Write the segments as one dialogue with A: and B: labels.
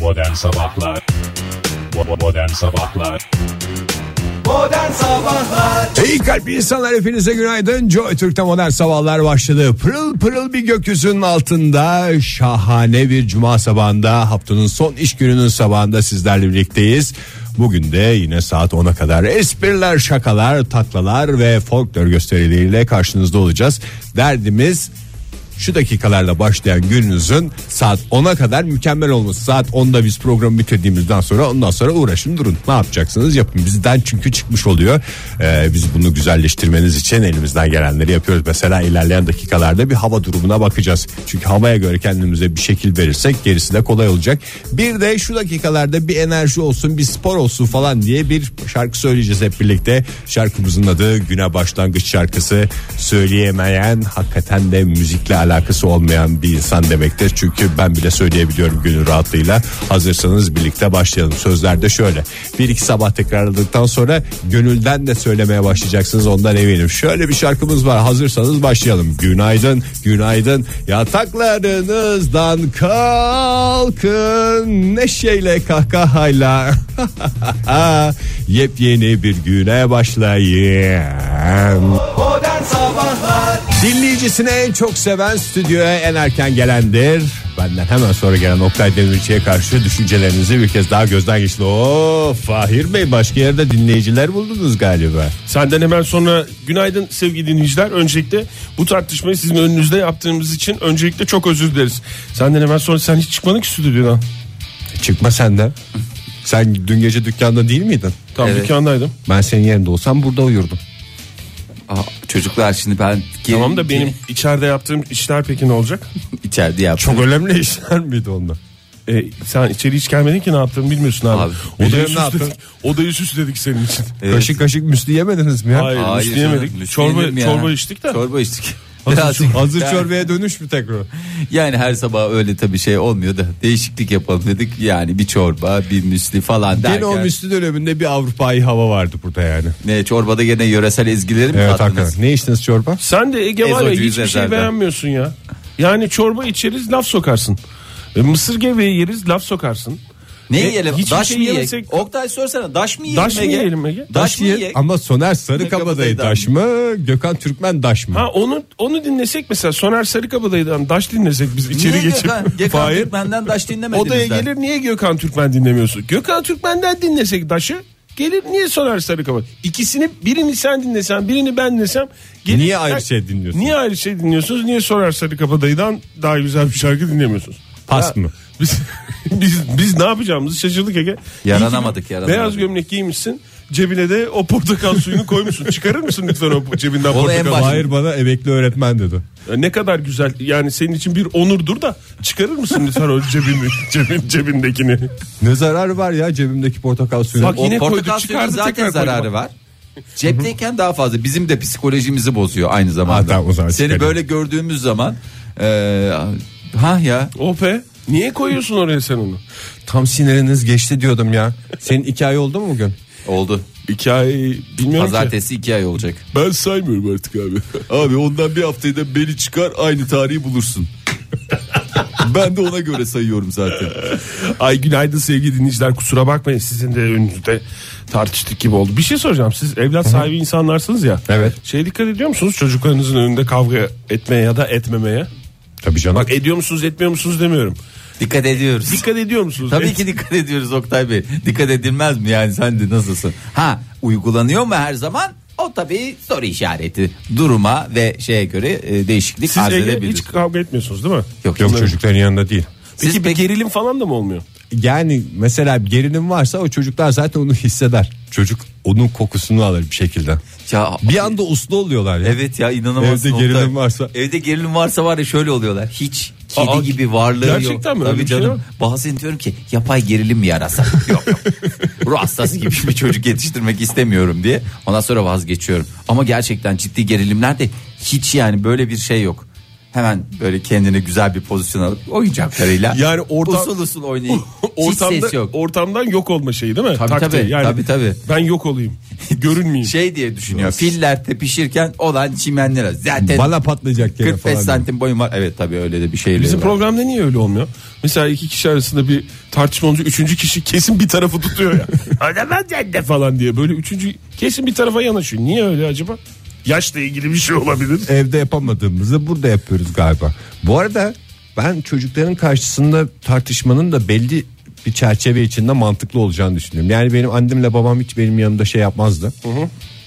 A: Modern Sabahlar Bo- Modern Sabahlar
B: İyi kalpli insanlar hepinize günaydın. Joy Türk'te modern sabahlar başladı. Pırıl pırıl bir gökyüzünün altında şahane bir cuma sabahında haftanın son iş gününün sabahında sizlerle birlikteyiz. Bugün de yine saat 10'a kadar espriler, şakalar, taklalar ve folklor gösterileriyle karşınızda olacağız. Derdimiz şu dakikalarla başlayan gününüzün saat 10'a kadar mükemmel olması. Saat 10'da biz programı bitirdiğimizden sonra ondan sonra uğraşın durun. Ne yapacaksınız yapın. Bizden çünkü çıkmış oluyor. Ee, biz bunu güzelleştirmeniz için elimizden gelenleri yapıyoruz. Mesela ilerleyen dakikalarda bir hava durumuna bakacağız. Çünkü havaya göre kendimize bir şekil verirsek gerisi de kolay olacak. Bir de şu dakikalarda bir enerji olsun bir spor olsun falan diye bir şarkı söyleyeceğiz hep birlikte. Şarkımızın adı Güne Başlangıç şarkısı. Söyleyemeyen hakikaten de müzikle alakası olmayan bir insan demektir. Çünkü ben bile söyleyebiliyorum günün rahatlığıyla. Hazırsanız birlikte başlayalım. Sözler de şöyle. Bir iki sabah tekrarladıktan sonra gönülden de söylemeye başlayacaksınız ondan eminim. Şöyle bir şarkımız var. Hazırsanız başlayalım. Günaydın, günaydın. Yataklarınızdan kalkın. Neşeyle kahkahayla. Yepyeni bir güne başlayın. Dinleyicisini en çok seven stüdyoya en erken gelendir. Benden hemen sonra gelen Oktay Demirci'ye karşı düşüncelerinizi bir kez daha gözden geçti. Oo Fahir Bey başka yerde dinleyiciler buldunuz galiba.
C: Senden hemen sonra günaydın sevgili dinleyiciler. Öncelikle bu tartışmayı sizin önünüzde yaptığımız için öncelikle çok özür dileriz. Senden hemen sonra sen hiç çıkmadın ki stüdyodan.
B: Çıkma sen de. Sen dün gece dükkanda değil miydin?
C: Tam
D: Evet.
C: dükkandaydım.
B: Ben senin yerinde olsam burada uyurdum.
D: Aa, çocuklar şimdi ben gelin,
C: Tamam da
D: Ee,
C: benim içeride yaptığım işler peki ne olacak?
D: içeride yaptım.
B: Çok önemli işler miydi onlar?
C: E, sen içeri hiç gelmedin ki ne yaptığımı bilmiyorsun abi.
D: Abi,
C: odayı,
B: biliyorum ne
C: süsledik,
B: yaptım.
C: odayı süsledik senin için.
D: Evet.
B: Kaşık kaşık müslü yemediniz mi ya?
C: Hayır,
D: Hayır,
C: müslü yemedik.
D: canım, müslü
C: Çorba,
D: yenir mi ya?
C: çorba içtik de.
D: Çorba içtik.
B: Hazır,
D: Birazcık-
B: hazır
D: yani,
B: çorbaya dönüş mü tekrar?
D: Yani her sabah öyle tabii şey olmuyor da değişiklik yapalım dedik. Yani bir çorba, bir müsli falan derken.
B: Gene o müslü döneminde bir Avrupa'yı hava vardı burada yani.
D: Ne çorbada gene yöresel ezgileri mi
B: Evet
D: tattınız?
B: hakikaten. Ne içtiniz çorba?
C: Sen de Ege var ya
D: Ezocu
C: hiçbir şey
D: Yüzezer'den.
C: beğenmiyorsun ya. Yani çorba içeriz laf sokarsın. E, mısır gevreği yeriz laf sokarsın.
D: Ne
C: E,
D: yiyelim?
C: hiçbir
D: Daş
C: şey
D: mı yiyelim?
C: yemesek-
D: Oktay sorsana daş mı yiyelim
C: Daş mı
D: Ege?
C: yiyelim Ege?
D: Daş,
B: Daş
D: mı
B: ye-
D: yiyelim?
B: ama Soner Sarıkabadayı
D: Sarıkabadayı
B: daş mı? Gökhan Türkmen daş mı?
C: Ha onu onu dinlesek mesela Soner Sarıkabadayı'dan Daş dinlesek biz içeri
D: Niye
C: geçip.
D: Gökhan, Gökhan
C: Fahir
D: Türkmen'den daş dinlemediniz
C: odaya
D: lan?
C: gelir niye Gökhan Türkmen dinlemiyorsun? Gökhan Türkmen'den dinlesek Daş'ı gelir niye Soner Sarıkabaday? İkisini birini sen dinlesen birini ben dinlesem. gelir-
B: Niye ayrı şey dinliyorsun?
C: Niye ayrı şey dinliyorsunuz? Niye Soner Sarıkabadayı'dan daha güzel bir şarkı dinlemiyorsunuz?
B: Pas mı?
C: Biz, biz, biz ne yapacağımızı şaşırdık Ege.
D: Yaranamadık,
C: İyi ki
D: yaranamadık.
C: Beyaz gömlek giymişsin cebine de o portakal suyunu koymuşsun. Çıkarır mısın lütfen o cebinden
D: Onu en
C: portakal
D: baş-
C: suyunu?
B: Hayır bana emekli öğretmen dedi.
C: Ya Ne kadar güzel yani senin için bir onurdur da çıkarır mısın lütfen o cebini, cebin, cebindekini?
B: Ne zararı var ya cebimdeki portakal suyu?
C: Bak,
D: O
C: Yine koydu,
D: portakal suyunun
C: çıkardı,
D: zaten
C: tekrar
D: zararı
C: koydu.
D: var. Cepteyken daha fazla bizim de psikolojimizi bozuyor aynı
B: Ha,
D: zamanda.
B: tamam, o zaman
D: Seni
B: çıkarayım.
D: böyle gördüğümüz zaman e, ha ya
C: Oh be niye koyuyorsun oraya sen onu?
B: Tam siniriniz geçti diyordum ya. Senin iki ay oldu mu bugün?
D: oldu.
C: Hikaye bilmiyorum ki.
D: Pazartesi iki ay olacak.
C: Ben saymıyorum artık abi.
D: Abi ondan bir haftayı da beni çıkar aynı tarihi bulursun. ben de ona göre sayıyorum zaten.
C: Ay günaydın sevgili dinleyiciler kusura bakmayın sizin de önünüzde tartıştık gibi oldu. Bir şey soracağım siz evlat sahibi insanlarsınız ya.
B: Evet.
C: Şey dikkat ediyor musunuz çocuklarınızın önünde kavga etmeye ya da etmemeye?
B: Tabii canım.
C: Bak ediyor musunuz etmiyor musunuz demiyorum.
D: Dikkat ediyoruz.
C: Dikkat ediyor musunuz?
D: Tabii
C: Et-
D: ki dikkat ediyoruz Oktay Bey. Dikkat edilmez mi yani sen de nasılsın? Ha uygulanıyor mu her zaman? O tabii soru işareti. Duruma ve şeye göre e, değişiklik
C: Siz
D: arz
C: Ege
D: edebilir.
C: hiç kavga etmiyorsunuz değil mi?
D: Yok,
B: Yok çocukların yanında değil.
D: Siz
C: Peki bir
D: pek-
C: gerilim falan da mı olmuyor?
B: Yani mesela bir gerilim varsa o çocuklar zaten onu hisseder. Çocuk onun kokusunu alır bir şekilde.
D: Ya,
B: Bir anda uslu oluyorlar ya.
D: Evet ya inanamazsın.
B: Evde
D: Oktay.
B: gerilim varsa.
D: Evde gerilim varsa var ya şöyle oluyorlar. Hiç kedi
C: Aa,
D: gibi varlığı yok.
C: gerçekten mi? Öyle
D: Tabii
C: bir şey
D: canım.
C: yok.
D: Bazen diyorum ki yapay gerilim mi yarasa? yok yok. Ruh hastası gibi bir çocuk yetiştirmek istemiyorum diye. Ondan sonra vazgeçiyorum. Ama gerçekten ciddi gerilimler de hiç yani böyle bir şey yok. hemen böyle kendini güzel bir pozisyon alıp oyuncaklarıyla
A: Yani orta-
D: usul usul oynayıp
A: Ortamda,
D: hiç ses yok.
A: Ortamdan yok olma şeyi değil mi?
D: Tabii,
A: Taktiği.
D: tabii,
A: yani
D: tabii, tabii.
A: Ben yok olayım. Görünmeyeyim.
D: şey diye düşünüyor. Filler tepişirken olan çimenlere zaten
B: Bana patlayacak gene
D: 45
B: falan.
D: santim boyum var. Evet tabii öyle de bir şey.
A: Bizim
D: var.
A: programda niye öyle olmuyor? Mesela iki kişi arasında bir tartışma olunca üçüncü kişi kesin bir tarafı tutuyor ya. Hadi ben sen de falan diye böyle üçüncü kesin bir tarafa yanaşıyor. Niye öyle acaba? Yaşla ilgili bir şey olabilir.
B: evde yapamadığımızı burada yapıyoruz galiba. Bu arada ben çocukların karşısında tartışmanın da belli bir çerçeve içinde mantıklı olacağını düşünüyorum. Yani benim annemle babam hiç benim yanımda şey yapmazdı.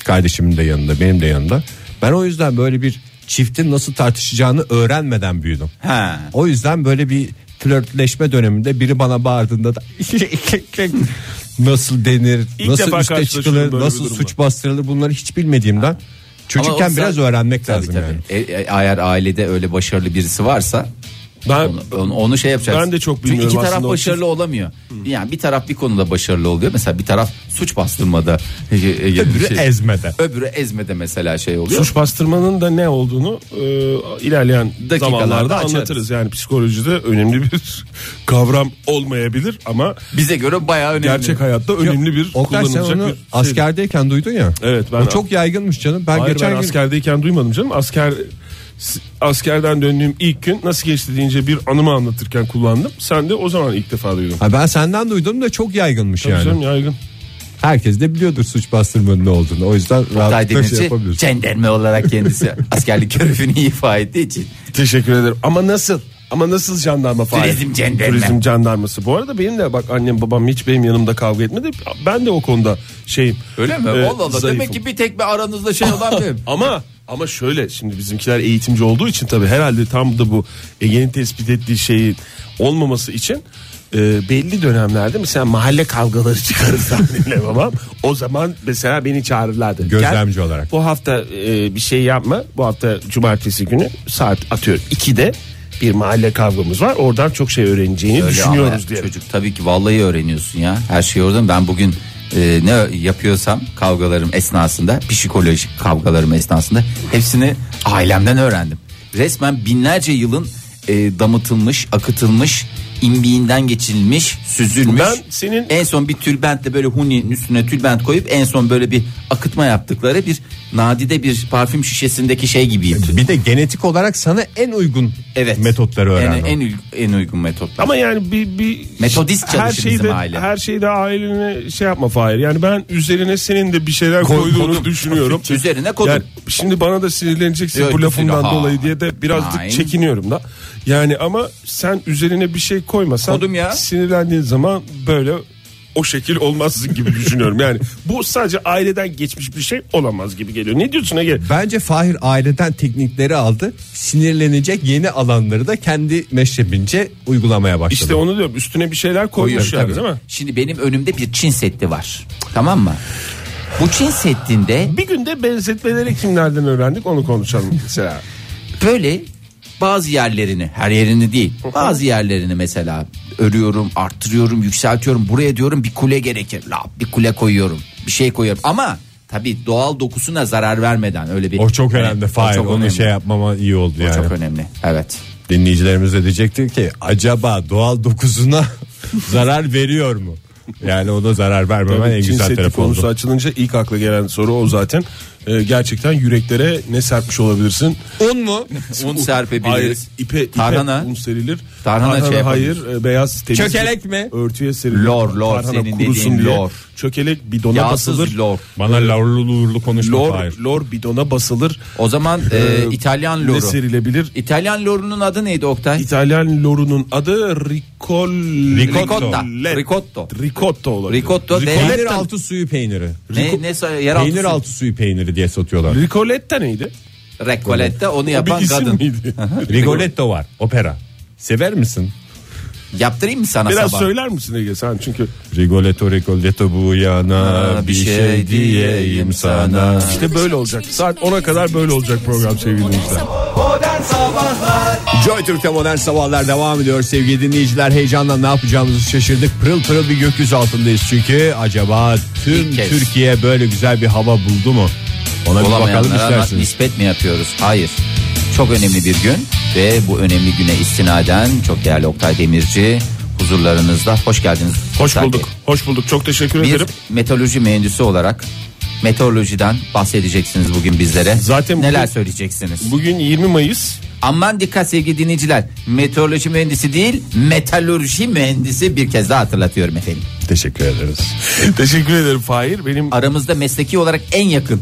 B: Kardeşimin de yanında, benim de yanında. Ben o yüzden böyle bir çiftin nasıl tartışacağını öğrenmeden büyüdüm.
D: Ha.
B: O yüzden böyle bir flörtleşme döneminde biri bana bağırdığında da nasıl denir,
A: İlk
B: nasıl
A: defa
B: üste
A: karşılaşıyorum
B: çıkılır,
A: böyle bir
B: nasıl
A: durumla.
B: suç bastırılır bunları hiç bilmediğimden
D: Ama
B: çocukken
D: olsa-
B: biraz öğrenmek
D: Tabii,
B: lazım
D: tabii.
B: yani.
D: E- e- eğer ailede öyle başarılı birisi varsa
A: Ben
D: onu, onu- onu şey yapacağız.
A: Ben de çok
D: Çünkü
A: bilmiyorum
D: iki taraf
A: aslında o
D: başarılı olamıyor. Yani bir taraf bir konuda başarılı oluyor. Mesela bir taraf suç bastırmada. e, e, e,
B: Öbürü
D: şey-
B: ezmede.
D: Öbürü ezmede mesela şey oluyor.
A: suç bastırmanın da ne olduğunu e, ilerleyen
D: Dakikalarda
A: zamanlarda
D: açarız.
A: anlatırız. Yani psikolojide önemli bir kavram olmayabilir ama
D: Bize göre bayağı önemli.
A: gerçek hayatta önemli bir
B: Oktay sen
A: kullanılacak
B: onu
A: bir şey şeydir.
B: askerdeyken duydun ya.
A: Evet, ben-
B: o çok yaygınmış canım. Ben
A: Hayır
B: geçen
A: ben
B: gün
A: askerdeyken duymadım canım. Asker s- askerden döndüğüm ilk gün nasıl geçti deyince bir anımı anlatırken kullandım. Sen de o zaman ilk defa duydun.
B: Ha, ben senden duydum da çok yaygınmış
A: Tabii
B: yani.
A: canım yaygın.
B: Herkes de biliyordur suç bastırmanın ne olduğunu. O yüzden
D: Oktay
B: rahatlıkla şey
D: Demirci
B: yapabiliyorsun.
D: cenderme olarak kendisi askerlik görevini ifa ettiği için.
A: Teşekkür ederim. Ama nasıl? Ama nasıl jandarma falan?
D: Turizm jandarma.
A: Turizm jandarması. Bu arada benim de bak annem babam hiç benim yanımda kavga etmedi. Ben de o konuda şeyim.
D: Öyle mi?
A: Ee,
D: Allah Allah
A: zayıfım.
D: demek ki bir tek bir aranızda şey olan benim.
A: Ama ama şöyle şimdi bizimkiler eğitimci olduğu için tabii herhalde tam da bu Ege'nin tespit ettiği şeyin olmaması için e, belli dönemlerde mesela mahalle kavgaları çıkarız annemle babam. O zaman mesela beni çağırırlardı.
B: Gözlemci olarak.
A: Bu hafta e, bir şey yapma. Bu hafta cumartesi günü saat atıyorum 2'de bir mahalle kavgamız var. Oradan çok şey öğreneceğini
D: Öyle
A: düşünüyoruz
D: ama
A: diye.
D: Çocuk tabii ki vallahi öğreniyorsun ya. Her şeyi oradan ben bugün e, ne yapıyorsam kavgalarım esnasında psikolojik kavgalarım esnasında hepsini ailemden öğrendim. Resmen binlerce yılın e, damıtılmış, akıtılmış, imbiğinden geçirilmiş, süzülmüş.
A: Ben senin-
D: en son bir tülbentle böyle huninin üstüne tülbent koyup en son böyle bir akıtma yaptıkları bir nadide bir parfüm şişesindeki şey gibiyim.
B: Bir de genetik olarak sana en uygun
D: Evet.
B: metotları öğrenmen.
D: En, en, uy- en uygun metot.
A: Ama yani bir, bir
D: Metodist
A: her
D: çalışır bizim
A: şeyde,
D: aile.
A: Her şeyde ailene şey yapma Fahir. Yani ben üzerine senin de bir şeyler koyduğunu
D: kodum.
A: düşünüyorum.
D: Üzerine kodum.
A: Yani şimdi bana da sinirleneceksin
D: Yok,
A: bu lafından
D: ha.
A: dolayı diye de birazcık
D: Nein.
A: çekiniyorum da. Yani ama sen üzerine bir şey koymasan
D: Kodum ya.
A: sinirlendiğin zaman böyle o şekil olmazsın gibi düşünüyorum. Yani bu sadece aileden geçmiş bir şey olamaz gibi geliyor. Ne diyorsun Ege?
B: Bence Fahir aileden teknikleri aldı. Sinirlenecek yeni alanları da kendi meşrebince uygulamaya başladı.
A: İşte onu diyorum üstüne bir şeyler koymuş
D: Tabii,
A: yani
D: tabii.
A: değil mi?
D: Şimdi benim önümde bir Çin setti var. Tamam mı? Bu Çin settinde
A: Bir günde benzetmeleri kimlerden öğrendik onu konuşalım mesela.
D: böyle bazı yerlerini her yerini değil bazı yerlerini mesela örüyorum arttırıyorum yükseltiyorum buraya diyorum bir kule gerekir la bir kule koyuyorum bir şey koyuyorum ama tabii doğal dokusuna zarar vermeden öyle bir
B: O çok
D: Yani,
B: önemli
D: o
B: Fahir.
D: çok
B: Onu
D: önemli.
B: şey yapmama iyi oldu
D: O
B: yani.
D: çok önemli evet
B: Dinleyicilerimiz de diyecektir ki acaba doğal dokusuna zarar veriyor mu? Yani ona zarar vermemen en
A: Cin
B: güzel
A: seti
B: tarafı
A: konusu
B: oldu.
A: açılınca ilk akla gelen soru o zaten. Ee, gerçekten yüreklere ne serpmiş olabilirsin?
B: Un mu?
D: un serpebiliriz
A: Hayır, ipe, ipe
D: tarhana
A: un serilir.
D: Tarhana şey
A: hayır, e, beyaz temiz.
B: Çökelek mi?
A: Örtüye serilir.
D: Lor, lor,
A: Tarhana
D: senin
A: kurusun
D: dediğin
A: diye.
D: lor.
A: Çökelek bidona basılır.
D: yağsız lor
B: Bana laurlu lurlu konuşma
A: Lor,
B: Fahir.
A: lor bidona basılır.
D: o zaman e,
A: Ee,
D: İtalyan
A: Ne
D: loru
A: serilebilir?
D: İtalyan lorunun adı neydi Oktay?
A: İtalyan lorunun adı ricol...
D: Ricotta. Ricotto.
A: Ricotto olabilir.
D: Ricotto
A: Rico-
D: değil.
B: Peynir altı suyu peyniri.
D: Ne, ne sa- yeraltı
B: Peynir
D: su-
B: altı suyu peyniri diye satıyorlar.
A: Ricoletta neydi?
D: Recoleta onu
A: Bir
D: yapan
A: isim
D: kadın.
A: miydi?
B: Rigoletto var opera. Sever misin?
D: Yaptırayım mı sana
A: Biraz
D: sabah?
A: söyler misin Ege sen çünkü
B: Rigoletto Rigoletto bu yana
D: Aa,
B: bir şey diyeyim sana.
A: işte böyle olacak. Saat 10'a kadar böyle olacak program sevgili dinleyiciler.
B: Joy Türk'te modern sabahlar devam ediyor sevgili dinleyiciler. Heyecanla ne yapacağımızı şaşırdık. Pırıl pırıl bir gökyüzü altındayız çünkü. Acaba tüm
D: İlk kez.
B: Türkiye böyle güzel bir hava buldu mu? Ona bir bakalım
D: Olamayanlara
B: isterseniz.
D: nispet mi yapıyoruz? Hayır. Çok önemli bir gün. Ve bu önemli güne istinaden çok değerli Oktay Demirci huzurlarınızda. Hoş geldiniz.
A: Hoş
D: Oktay Bey.
A: bulduk. Hoş bulduk. Çok teşekkür
D: Bir
A: ederim.
D: meteoroloji mühendisi olarak meteorolojiden bahsedeceksiniz bugün bizlere.
A: Zaten
D: neler
A: bugün-
D: söyleyeceksiniz?
A: Bugün 20 Mayıs.
D: Aman dikkat sevgili dinleyiciler. Meteoroloji mühendisi değil, metalurji mühendisi bir kez daha hatırlatıyorum efendim.
B: Teşekkür ederiz.
A: teşekkür ederim Fahir. Benim
D: Aramızda mesleki olarak en yakın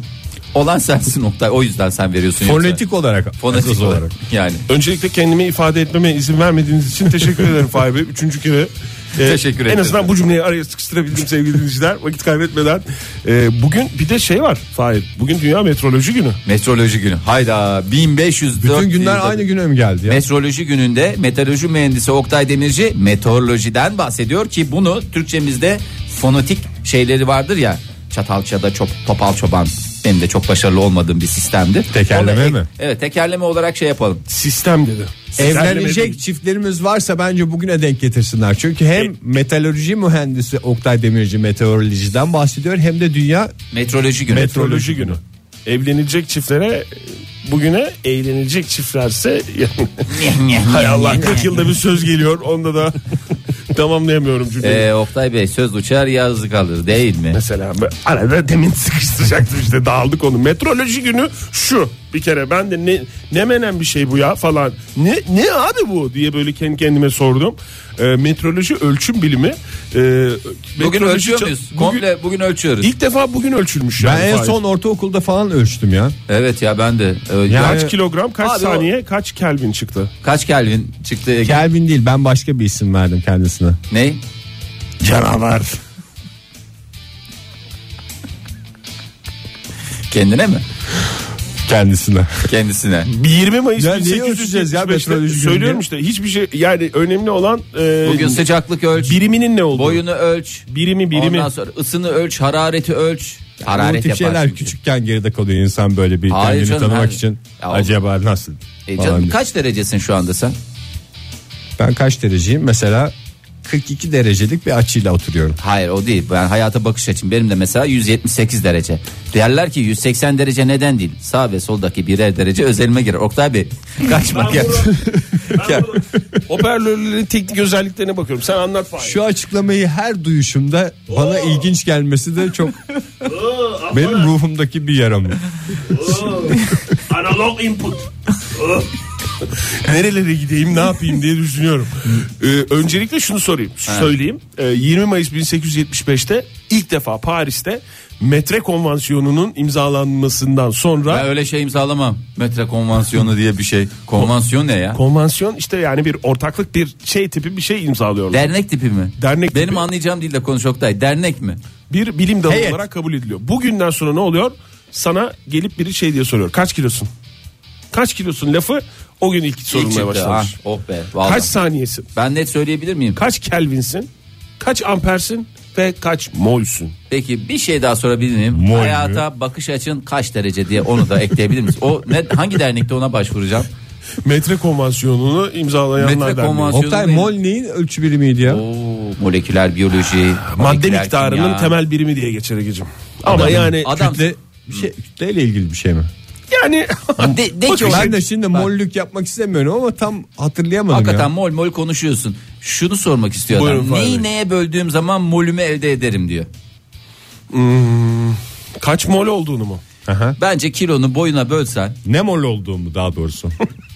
D: olan sensin Oktay. O yüzden sen veriyorsun. yoksa-
B: Fonetik olarak.
D: Fonetik
B: esas
D: olarak. Yani.
A: Öncelikle kendimi ifade etmeme izin vermediğiniz için teşekkür ederim Fahir Bey. Üçüncü kere. e,
D: Teşekkür
A: En
D: ederim.
A: azından bu cümleyi araya sıkıştırabildim sevgili dinleyiciler. Vakit kaybetmeden. E, bugün bir de şey var Fahir. Bugün Dünya Meteoroloji Günü.
D: Meteoroloji günü. Hayda 1500
B: Bütün günler aynı güne mi geldi ya?
D: Meteoroloji gününde meteoroloji mühendisi Oktay Demirci meteorolojiden bahsediyor ki bunu Türkçemizde fonetik şeyleri vardır ya. Çatalça'da çok topal çoban benim de çok başarılı olmadığım bir sistemdi.
B: Tekerleme
D: Onu ek-
B: mi?
D: Evet tekerleme olarak şey yapalım.
A: Sistem dedi.
B: Evlenecek çiftlerimiz varsa bence bugüne denk getirsinler. Çünkü
D: E-
B: hem metalurji mühendisi Oktay Demirci meteorolojiden bahsediyor hem de dünya
D: Meteoroloji günü.
A: Meteoroloji Günü. Evlenecek çiftlere e, bugüne eğlenilecek çiftlerse yani hay Allah 40 yılda bir söz geliyor onda da tamamlayamıyorum cümleyi.
D: Ee, Oktay Bey söz uçar yazı kalır değil mi?
A: Mesela ben arada demin sıkıştıracaktım işte dağıldık onu. Metroloji günü şu bir kere ben de ne, ne menen bir şey bu ya falan. Ne, ne abi bu diye böyle kendi kendime sordum. E, metroloji ölçüm bilimi. E,
D: Bugün
A: metroloji
D: ölçüyor
A: ça-
D: muyuz?
A: Bugün,
D: Komple bugün ölçüyoruz.
A: ilk defa bugün ölçülmüş.
B: ben
A: yani
B: en
A: faiz.
B: son ortaokulda falan ölçtüm ya.
D: Evet ya ben de. Ee,
B: Yani-
A: Kaç kilogram kaç
D: Abi o-
A: saniye kaç kelvin çıktı?
D: Kaç Kelvin çıktı?
B: Kelvin değil ben başka bir isim verdim kendisine.
D: Ne?
A: Canavar.
D: Kendine mi?
B: Kendisine.
D: Kendisine.
A: Bir 20 Mayıs
B: Ya
A: ya
B: niye ölçeceğiz ya metroloji gününü?
A: Söylüyorum işte hiçbir şey yani önemli olan e,
D: Bugün sıcaklık ölç.
A: biriminin ne olduğu.
D: Boyunu ölç.
A: Birimi birimi.
D: Ondan sonra ısını ölç, harareti ölç.
B: Bu
D: Hararet
B: tip
D: yapar
B: şeyler
D: çünkü.
B: küçükken geride kalıyor insan böyle bir
D: Hayır
B: kendini
D: canım,
B: tanımak
D: hayır.
B: için.
D: Ya oğlum.
B: Acaba nasıl?
D: E
B: falan
D: canım
B: diye.
D: kaç derecesin şu anda sen?
B: Ben kaç dereceyim? Mesela 42 derecelik bir açıyla oturuyorum.
D: Hayır o değil. Ben hayata bakış açım benim de mesela 178 derece. Derler ki 180 derece neden değil? Sağ ve soldaki birer derece özelime girer. Oktay Bey kaçma gel. Gel.
A: Hoparlörlerin teknik özelliklerine bakıyorum. Sen anlat Fahir.
B: Şu açıklamayı her duyuşumda bana ilginç gelmesi de çok benim ruhumdaki bir yaram.
E: Analog input.
A: nerelere gideyim ne yapayım diye düşünüyorum. Ee, öncelikle şunu sorayım. Söyleyeyim. Ee, 20 Mayıs 1875'te ilk defa Paris'te metre konvansiyonunun imzalanmasından sonra
D: Ben öyle şey imzalamam. Metre konvansiyonu diye bir şey. Konvansiyon ne ya?
A: konvansiyon işte yani bir ortaklık bir şey tipi bir şey imzalıyorlar.
D: Dernek tipi mi?
A: Dernek
D: Benim
A: tipi.
D: anlayacağım değil de konuş Oktay. Dernek mi?
A: bir bilim dalı
B: Heyet.
A: olarak kabul ediliyor. Bugünden sonra ne oluyor? Sana gelip biri şey diye soruyor. Kaç kilosun? Kaç kilosun lafı o gün ilk
D: İlk
A: sorulmaya
D: çıktı.
A: başlamış.
D: Ah, oh be. vallahi.
A: Kaç saniyesin?
D: Ben net söyleyebilir miyim?
A: Kaç kelvinsin? Kaç ampersin? Ve kaç molsün?
D: Peki bir şey daha sorabilir miyim?
B: Mol
D: Hayata bakış açın kaç derece diye onu da ekleyebilir miyiz? O ne, hangi dernekte ona başvuracağım?
A: Metre konvansiyonunu imzalayanlar
D: Metre
A: derneği.
D: konvansiyon-
B: Oktay
D: benim-
B: mol neyin ölçü birimiydi ya?
D: Oo, moleküler biyoloji,
A: Ah, Madde
D: moleküler
A: miktarının
D: kimya.
A: temel birimi diye geçer Ege'cim. Ama
D: Adamın-
A: yani
D: adam
B: Kütle bir şey kütleyle ilgili bir şey mi?
A: yani
D: de, de ki o- şey,
B: Ben de şimdi mollük yapmak istemiyorum ama tam hatırlayamadım
D: hakikaten
B: ya.
D: mol mol konuşuyorsun. Şunu sormak istiyor
A: Buyurun
D: adam.
A: Fahri
D: Neyi
A: Bey.
D: neye böldüğüm zaman molümü elde ederim diyor.
A: kaç mol olduğunu mu?
B: Aha.
D: Bence kilonu boyuna bölsen
B: Ne mol olduğumu daha doğrusu.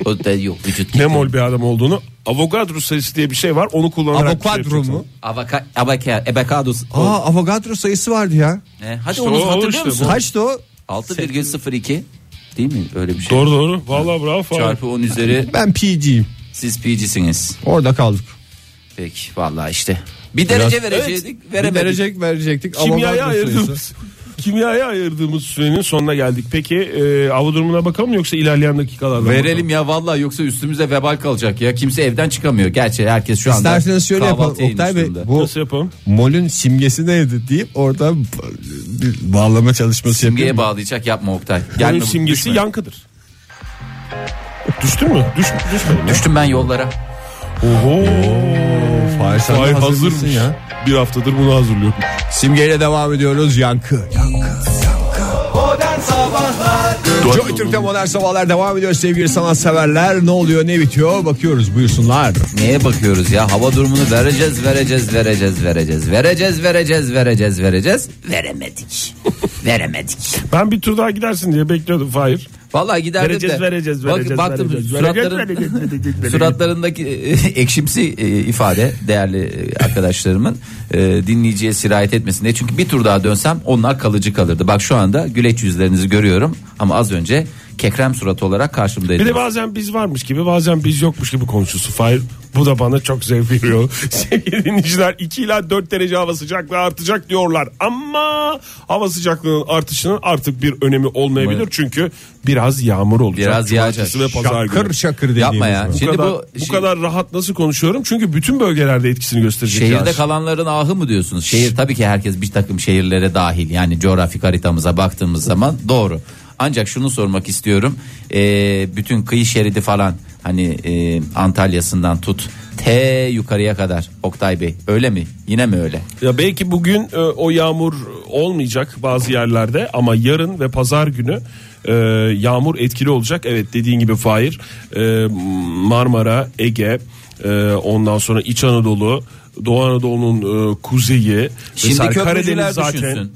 D: o da yok vücut.
A: Ne mol bir adam olduğunu? Avogadro sayısı diye bir şey var. Onu kullanarak bir şey
B: Avokadro mu?
A: yapacaksın.
D: Avaka, abaka, abakados.
B: Aa Avogadro sayısı vardı ya.
D: E, hadi
A: İşte
D: onu
A: o- o
D: hatırlıyor
A: işte
D: musun?
A: bu.
B: Kaçtı o?
D: 6,02 değil mi? Öyle bir şey.
A: Doğru doğru. Vallahi bravo. falan.
D: Çarpı 10 üzeri
B: Ben PG'yim.
D: siz PG'siniz.
B: Orada kaldık.
D: Peki vallahi işte. Bir derece verecektik,
B: Bir
D: veremedik.
B: verecek verecektik.
A: Kimyaya
B: Avogadro sayısı.
A: ayırdığımız kimyaya ayırdığımız sürenin sonuna geldik. Peki e, hava durumuna bakalım mı yoksa ilerleyen dakikalarda mı
D: Verelim ya vallahi yoksa üstümüze vebal kalacak ya. Kimse evden çıkamıyor. Gerçi herkes şu anda
B: İsterseniz şöyle yapalım.
D: kahvaltıya
B: Oktay Bey
D: inmiş durumda.
A: bakalım?
B: bu
A: Nasıl yapalım?
B: molün simgesi neydi deyip orada b- bir bağlama çalışması
D: Simgeye
B: yapıyor.
D: bağlayacak yapma Oktay. Gelme
A: Bunun
D: bu-
A: simgesi
D: düşme.
A: yankıdır. Düştün mü? Düş, düşmedin mi?
D: Düştüm ben yollara.
A: Oho.
B: Fahir sen de
A: Fahir
B: hazır
A: hazırmış.
B: mısın ya?
A: Bir haftadır bunu hazırlıyorum.
B: Simgeyle devam ediyoruz. Yankı. Yankı. Yankı.
F: Modern
B: Joy Türk'te modern sabahlar devam ediyor sevgili sanatseverler. Ne oluyor ne bitiyor bakıyoruz buyursunlar.
D: Neye bakıyoruz ya? Hava durumunu vereceğiz, vereceğiz, vereceğiz, vereceğiz. Vereceğiz, vereceğiz, vereceğiz, vereceğiz. Veremedik. veremedik.
A: Ben bir tur daha gidersin diye bekliyordum Fahir.
D: Vallahi giderdim
A: Vereceğiz,
D: de.
A: vereceğiz, vereceğiz,
D: baktım
A: vereceğiz,
D: suratların,
A: vereceğiz, vereceğiz, vereceğiz.
D: suratlarındaki e, ekşimsi e, ifade değerli e, arkadaşlarımın e, dinleyiciye sirayet etmesin diye. Çünkü bir tur daha dönsem onlar kalıcı kalırdı. Bak şu anda güleç yüzlerinizi görüyorum ama az önce kekrem suratı olarak
A: Bir
D: karşımdaydınız.
A: de bazen biz varmış gibi bazen biz yokmuş gibi konuşuyorsun Fahir. Bu da bana çok zevk veriyor. Sevgili dinleyiciler 2 ila 4 derece hava sıcaklığı artacak diyorlar. Ama hava sıcaklığının artışının artık bir önemi olmayabilir.
D: Evet.
A: Çünkü biraz yağmur olacak.
D: Biraz
A: Cumartesi
D: yağacak.
A: ve pazar günü.
B: Şakır şakır dediğimiz.
D: Yapma ya.
B: var.
A: Bu,
D: Şimdi
A: kadar,
D: bu, şey-
A: bu kadar rahat nasıl konuşuyorum? Çünkü bütün bölgelerde etkisini gösterecek.
D: Şehirde
A: yağış.
D: kalanların ahı mı diyorsunuz? Şehir tabii ki herkes bir takım şehirlere dahil. Yani coğrafik haritamıza baktığımız zaman doğru. Ancak şunu sormak istiyorum. Ee, bütün kıyı şeridi falan hani e, Antalya'sından tut T yukarıya kadar Oktay Bey öyle mi? Yine mi öyle?
A: Ya belki bugün e, o yağmur olmayacak bazı yerlerde ama yarın ve pazar günü e, yağmur etkili olacak. Evet dediğin gibi Fahir e, Marmara, Ege, e, ondan sonra İç Anadolu, Doğu Anadolu'nun e, kuzeyi.
D: Şimdi
A: Mesela
D: köprücüler
A: Karadeniz zaten
D: düşünsün.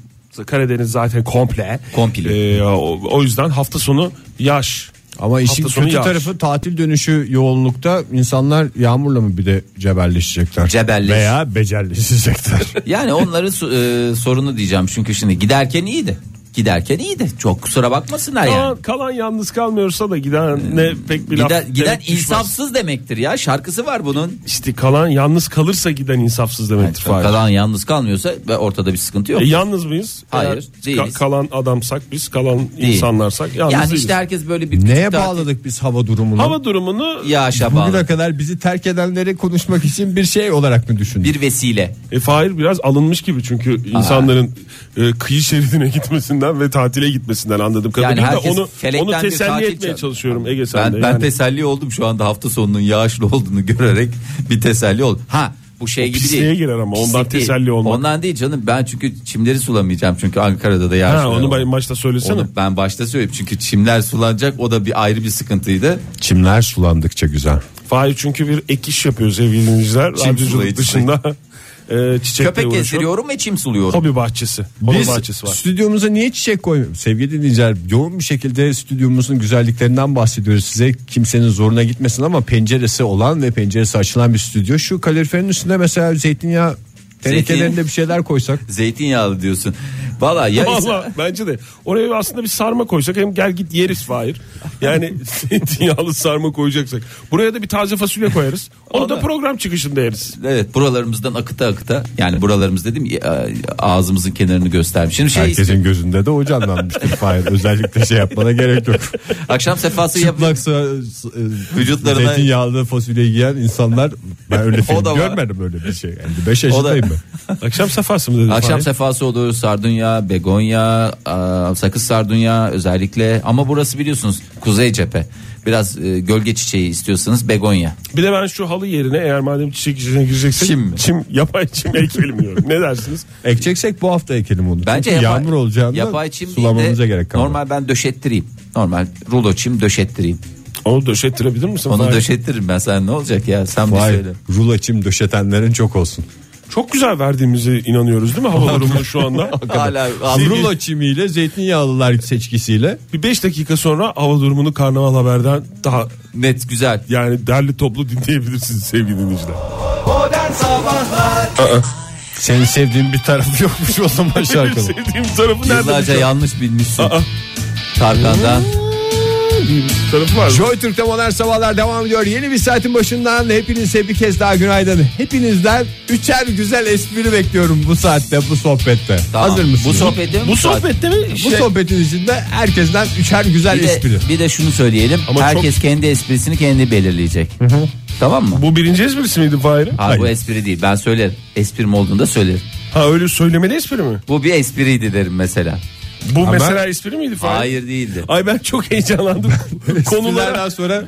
A: Karadeniz zaten komple.
D: Komple.
A: E, o, o yüzden hafta sonu yağış.
B: Ama işin
A: Hafta sonu
B: kötü
A: yağış.
B: tarafı tatil dönüşü yoğunlukta insanlar yağmurla mı bir de cebelleşecekler?
D: Cebelleş.
B: Veya becerleşecekler.
D: Yani onların su- e, sorunu diyeceğim. Çünkü şimdi giderken iyiydi. Giderken iyiydi. Çok kusura bakmasınlar yani. Ee,
A: Kalan, kalan yalnız kalmıyorsa da giden ne pek bir laf
D: Giden, giden
A: demek düşmez.
D: insafsız demektir ya. Şarkısı var bunun.
A: İşte kalan yalnız kalırsa giden insafsız demektir Fahir.
D: Kalan yalnız kalmıyorsa ve ortada bir sıkıntı yok.
A: E, yalnız mıyız?
D: Hayır,
A: Eğer
D: değiliz.
A: ka- kalan adamsak biz, kalan insanlarsak yalnız
D: yani
A: değiliz.
D: işte herkes böyle bir küçük
B: Neye
D: tatil-
B: bağladık biz hava durumunu?
A: Hava durumunu
D: yağışa
B: Bugüne
D: bağlı.
B: kadar bizi terk edenleri konuşmak için bir şey olarak mı düşündün?
D: Bir vesile.
A: e, Fahir biraz alınmış gibi çünkü insanların e, kıyı şeridine gitmesinden ve tatile gitmesinden anladım kadarıyla.
D: Yani
A: da
D: herkes
A: onu,
D: felekten
A: onu
D: bir
A: teselli
D: tatil
A: etmeye
D: çağırıyor.
A: çalışıyorum Ege sen
D: Ben,
A: de.
D: ben
A: yani.
D: teselli oldum şu anda hafta sonunun yağışlı olduğunu görerek bir teselli oldum. Ha bu şey gibi
A: pisliğe
D: değil.
A: girer ama ondan
D: değil.
A: teselli olmak.
D: Ondan değil canım ben çünkü çimleri sulamayacağım çünkü Ankara'da da yağış.
A: ha, onu ben başta söylesene.
D: Onu ben başta söyleyeyim çünkü çimler sulanacak o da bir ayrı bir sıkıntıydı.
B: Çimler sulandıkça güzel.
A: Fahir çünkü bir ek iş yapıyor sevgili dinleyiciler.
D: Çim
A: Radyoculuk
D: sulayıcısı.
A: dışında e, çiçekle
D: Köpek
A: uğraşıyor.
D: gezdiriyorum ve çim suluyorum.
A: Hobi bahçesi. Hobi
B: Biz
A: bahçesi var.
B: stüdyomuza niye çiçek koymuyoruz? Sevgili dinleyiciler yoğun bir şekilde stüdyomuzun güzelliklerinden bahsediyoruz size. Kimsenin zoruna gitmesin ama penceresi olan ve penceresi açılan bir stüdyo. Şu kaloriferin üstünde mesela zeytinyağı tenekelerinde bir şeyler koysak.
D: Zeytinyağlı diyorsun. Valla ya
A: Valla bence de. Oraya aslında bir sarma koysak hem gel git yeriz Fahir. Yani zeytinyağlı sarma koyacaksak. Buraya da bir taze fasulye koyarız. Onu da
D: Vallahi.
A: program çıkışında yeriz.
D: Evet buralarımızdan akıta akıta yani buralarımız dedim ya, ağzımızın kenarını göstermiş. Şimdi şey
B: Herkesin gözünde de o canlanmıştır. Hayır özellikle şey yapmana gerek yok.
D: akşam sefası yap
B: Çıplaksa
D: Vücutlarına-
B: vücutlarına e, zeytinyağlı fasulye yiyen insanlar ben öyle film
D: da var.
B: görmedim böyle bir şey. 55
D: O da-
B: yaşındayım ben.
A: Akşam sefası mı dedin
D: Akşam
A: Fahir?
D: sefası olur sardunya, begonya, aa, sakız sardunya özellikle ama burası biliyorsunuz kuzey cephe. Biraz e, gölge çiçeği istiyorsanız begonya.
A: Bir de ben şu halı yerine eğer madem çiçek işine gireceksek
D: Çim
A: çim,
D: mi?
A: yapay çim ekelim diyorum. Ne dersiniz?
B: Ekeceksek bu hafta ekelim onu.
D: Bence
B: Çünkü
D: yapay,
B: yağmur olacağında
D: yapay çim değil de
B: sulamamıza gerek kalmadı.
D: Normal ben döşettireyim. Normal rulo çim döşettireyim.
A: Onu döşettirebilir misin?
D: Onu
A: Fahir?
D: döşettiririm ben sen ne olacak ya sen bir
B: Vay
D: söyle.
B: rulo çim döşetenlerin çok olsun.
A: Çok güzel verdiğimize inanıyoruz değil mi hava durumunu şu anda?
D: Hala
B: rulo çimiyle zeytinyağlılar seçkisiyle
A: bir 5 dakika sonra hava durumunu Karnaval Haber'den daha
D: net güzel.
A: yani derli toplu dinleyebilirsiniz sevgili dinleyiciler.
B: senin sevdiğin bir tarafı yokmuş o zaman
A: Benim
B: şarkının.
A: sevdiğim tarafı nerede?
D: Yıllarca yanlış bilmişsin. Tarkan'dan.
A: tarafı var. mı?
B: Joy Türk'te modern sabahlar devam ediyor. Yeni bir saatin başından hepinize bir kez daha günaydın. Hepinizden üçer güzel espri bekliyorum bu saatte bu sohbette.
D: Tamam.
B: Hazır mısınız?
D: Bu sohbette mi? şey-
A: Bu
D: saat?
A: sohbette mi?
B: Bu sohbetin içinde herkesten üçer güzel
D: bir
B: espri.
D: de, bir de şunu söyleyelim.
A: Ama
D: Herkes kendi esprisini kendi belirleyecek. Tamam mı?
A: Bu birinci esprisi miydi Fahir?
D: Hayır, bu espri değil. Ben söylerim. Esprim olduğunu da söylerim.
A: Ha öyle söylemeli espri mi?
D: Bu bir espriydi derim mesela.
A: Bu mesela espri miydi Fahir?
D: Hayır değildi.
A: Ay ben çok heyecanlandım.
B: Konulardan
A: Konulara.
B: sonra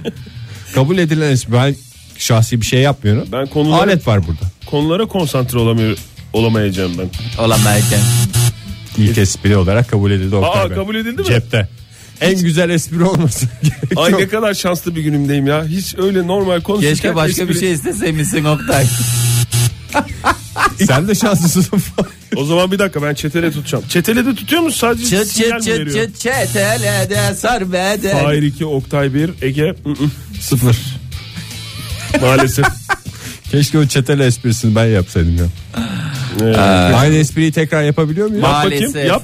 B: kabul edilen espri. Ben şahsi bir şey yapmıyorum.
A: Ben konuları-
B: Alet var burada.
A: Konulara konsantre olamıyor olamayacağım ben.
D: Olamayken.
B: İlk espri olarak kabul edildi Oktay
A: Aa,
B: Bey.
A: kabul edildi mi?
B: Cepte. En güzel espri olması gerek
A: Ay
B: yok.
A: ne kadar şanslı bir günümdeyim ya. Hiç öyle normal konuşurken
D: Keşke başka bir
A: espri-
D: şey isteseymişsin Oktay.
B: Sen de şanslısın.
A: O zaman bir dakika ben çetele tutacağım. Çetele de tutuyor musun sadece
D: Çıt
A: sinyal
D: çıt
A: mi
D: çıt
A: veriyor?
D: çıt çetele de sar beden.
A: Hayır 2 Oktay 1 Ege ı ı,
B: Sıfır.
A: maalesef.
B: Keşke o çetele esprisini ben yapsaydım ya.
A: Ee,
B: Aynı espriyi tekrar yapabiliyor muyum?
A: Bak
D: Maalesef.
A: bakayım yap.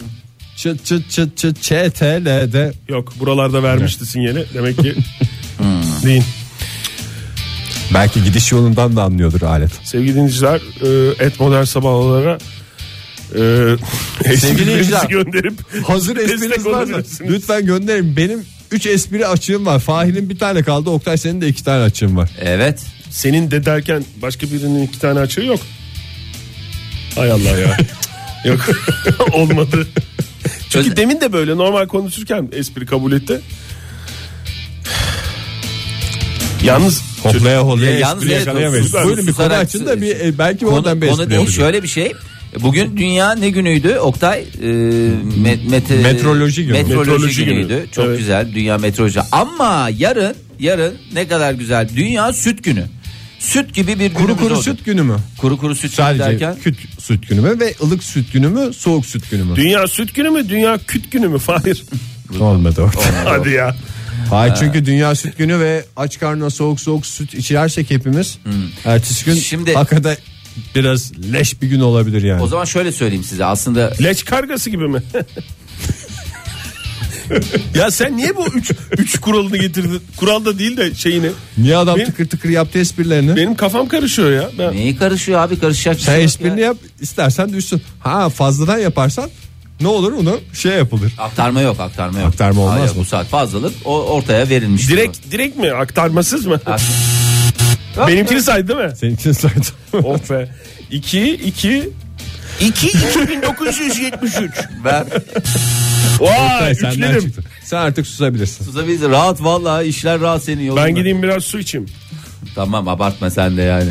B: Çıt çıt çıt çıt çetele de.
A: Yok buralarda vermişti sinyali. Demek ki değil.
B: Belki gidiş yolundan da anlıyordur alet.
A: Sevgili dinleyiciler e, et modern sabahlara e,
B: dinleyiciler.
A: sevgili gönderip
B: Hazır
A: destek
B: espriniz varsa
A: olabilirsiniz.
B: lütfen gönderin. Benim 3 espri açığım var. Fahir'in bir tane kaldı. Oktay senin de 2 tane açığın var.
D: Evet.
A: Senin de derken başka birinin iki tane açığı yok. Hay Allah ya. yok olmadı. Çünkü
D: Öyle.
A: demin de böyle normal konuşurken espri kabul etti. Yalnız
B: Hoplaya hoplaya
D: Ya yalnız
B: espri
D: evet,
B: yakalayamayız.
D: sus- sus-
B: Buyurun bir konu
D: susarak-
B: açın da bir, e, belki oradan
D: Konu,
B: bir
D: konu
B: espri
D: değil
B: yapacağım.
D: şöyle bir şey. Bugün dünya ne günüydü Oktay? Ee, me- mete-
B: Metroloji günü.
D: Metroloji,
A: Metroloji günü.
D: günüydü. Çok
A: Evet.
D: güzel dünya metroloji. Ama yarın yarın ne kadar güzel dünya süt günü. Süt gibi bir
B: Kuru
D: günümüz
B: kuru
D: olacak.
B: süt günü mü?
D: Kuru kuru süt günü
B: Sadece
D: derken.
B: küt süt günü mü ve ılık süt günü mü soğuk süt günü mü?
A: dünya süt günü mü dünya küt günü mü? Hayır.
B: Olmadı orada.
A: Hadi ya.
B: Hayır çünkü dünya süt günü ve aç karnına soğuk soğuk süt içersek hepimiz ertesi gün
D: Hmm. Şimdi-
B: hakikaten biraz leş bir gün olabilir yani.
D: O zaman şöyle söyleyeyim size aslında
A: Leç kargası gibi mi? ya sen niye bu üç, üç kuralını getirdin? Kural da değil de şeyini.
B: Niye adam
A: Benim-
B: tıkır tıkır yaptı esprilerini?
A: Benim kafam karışıyor ya. Ben,
D: neyi karışıyor abi karışacak bir
B: Sen
D: şey yok
B: esprini
D: ya.
B: yap istersen düşsün. Ha fazladan yaparsan ne olur onu şey yapılır.
D: Aktarma yok aktarma yok.
B: Aktarma olmaz
D: Hayır,
B: mı?
D: Bu saat fazlalık o ortaya verilmiş.
A: direkt direkt mi? Aktarmasız mı? Benimkini saydı değil mi?
B: Seninkini saydım.
A: Of be. 2 2
D: 2 2973. Ben
A: Vay
B: Senden
A: üçlerim.
B: çıktı. Sen artık susabilirsin.
D: Tuzabiliriz. Rahat vallahi işler rahat senin yolunda.
A: Ben gideyim biraz su içeyim.
D: Tamam abartma sen de yani.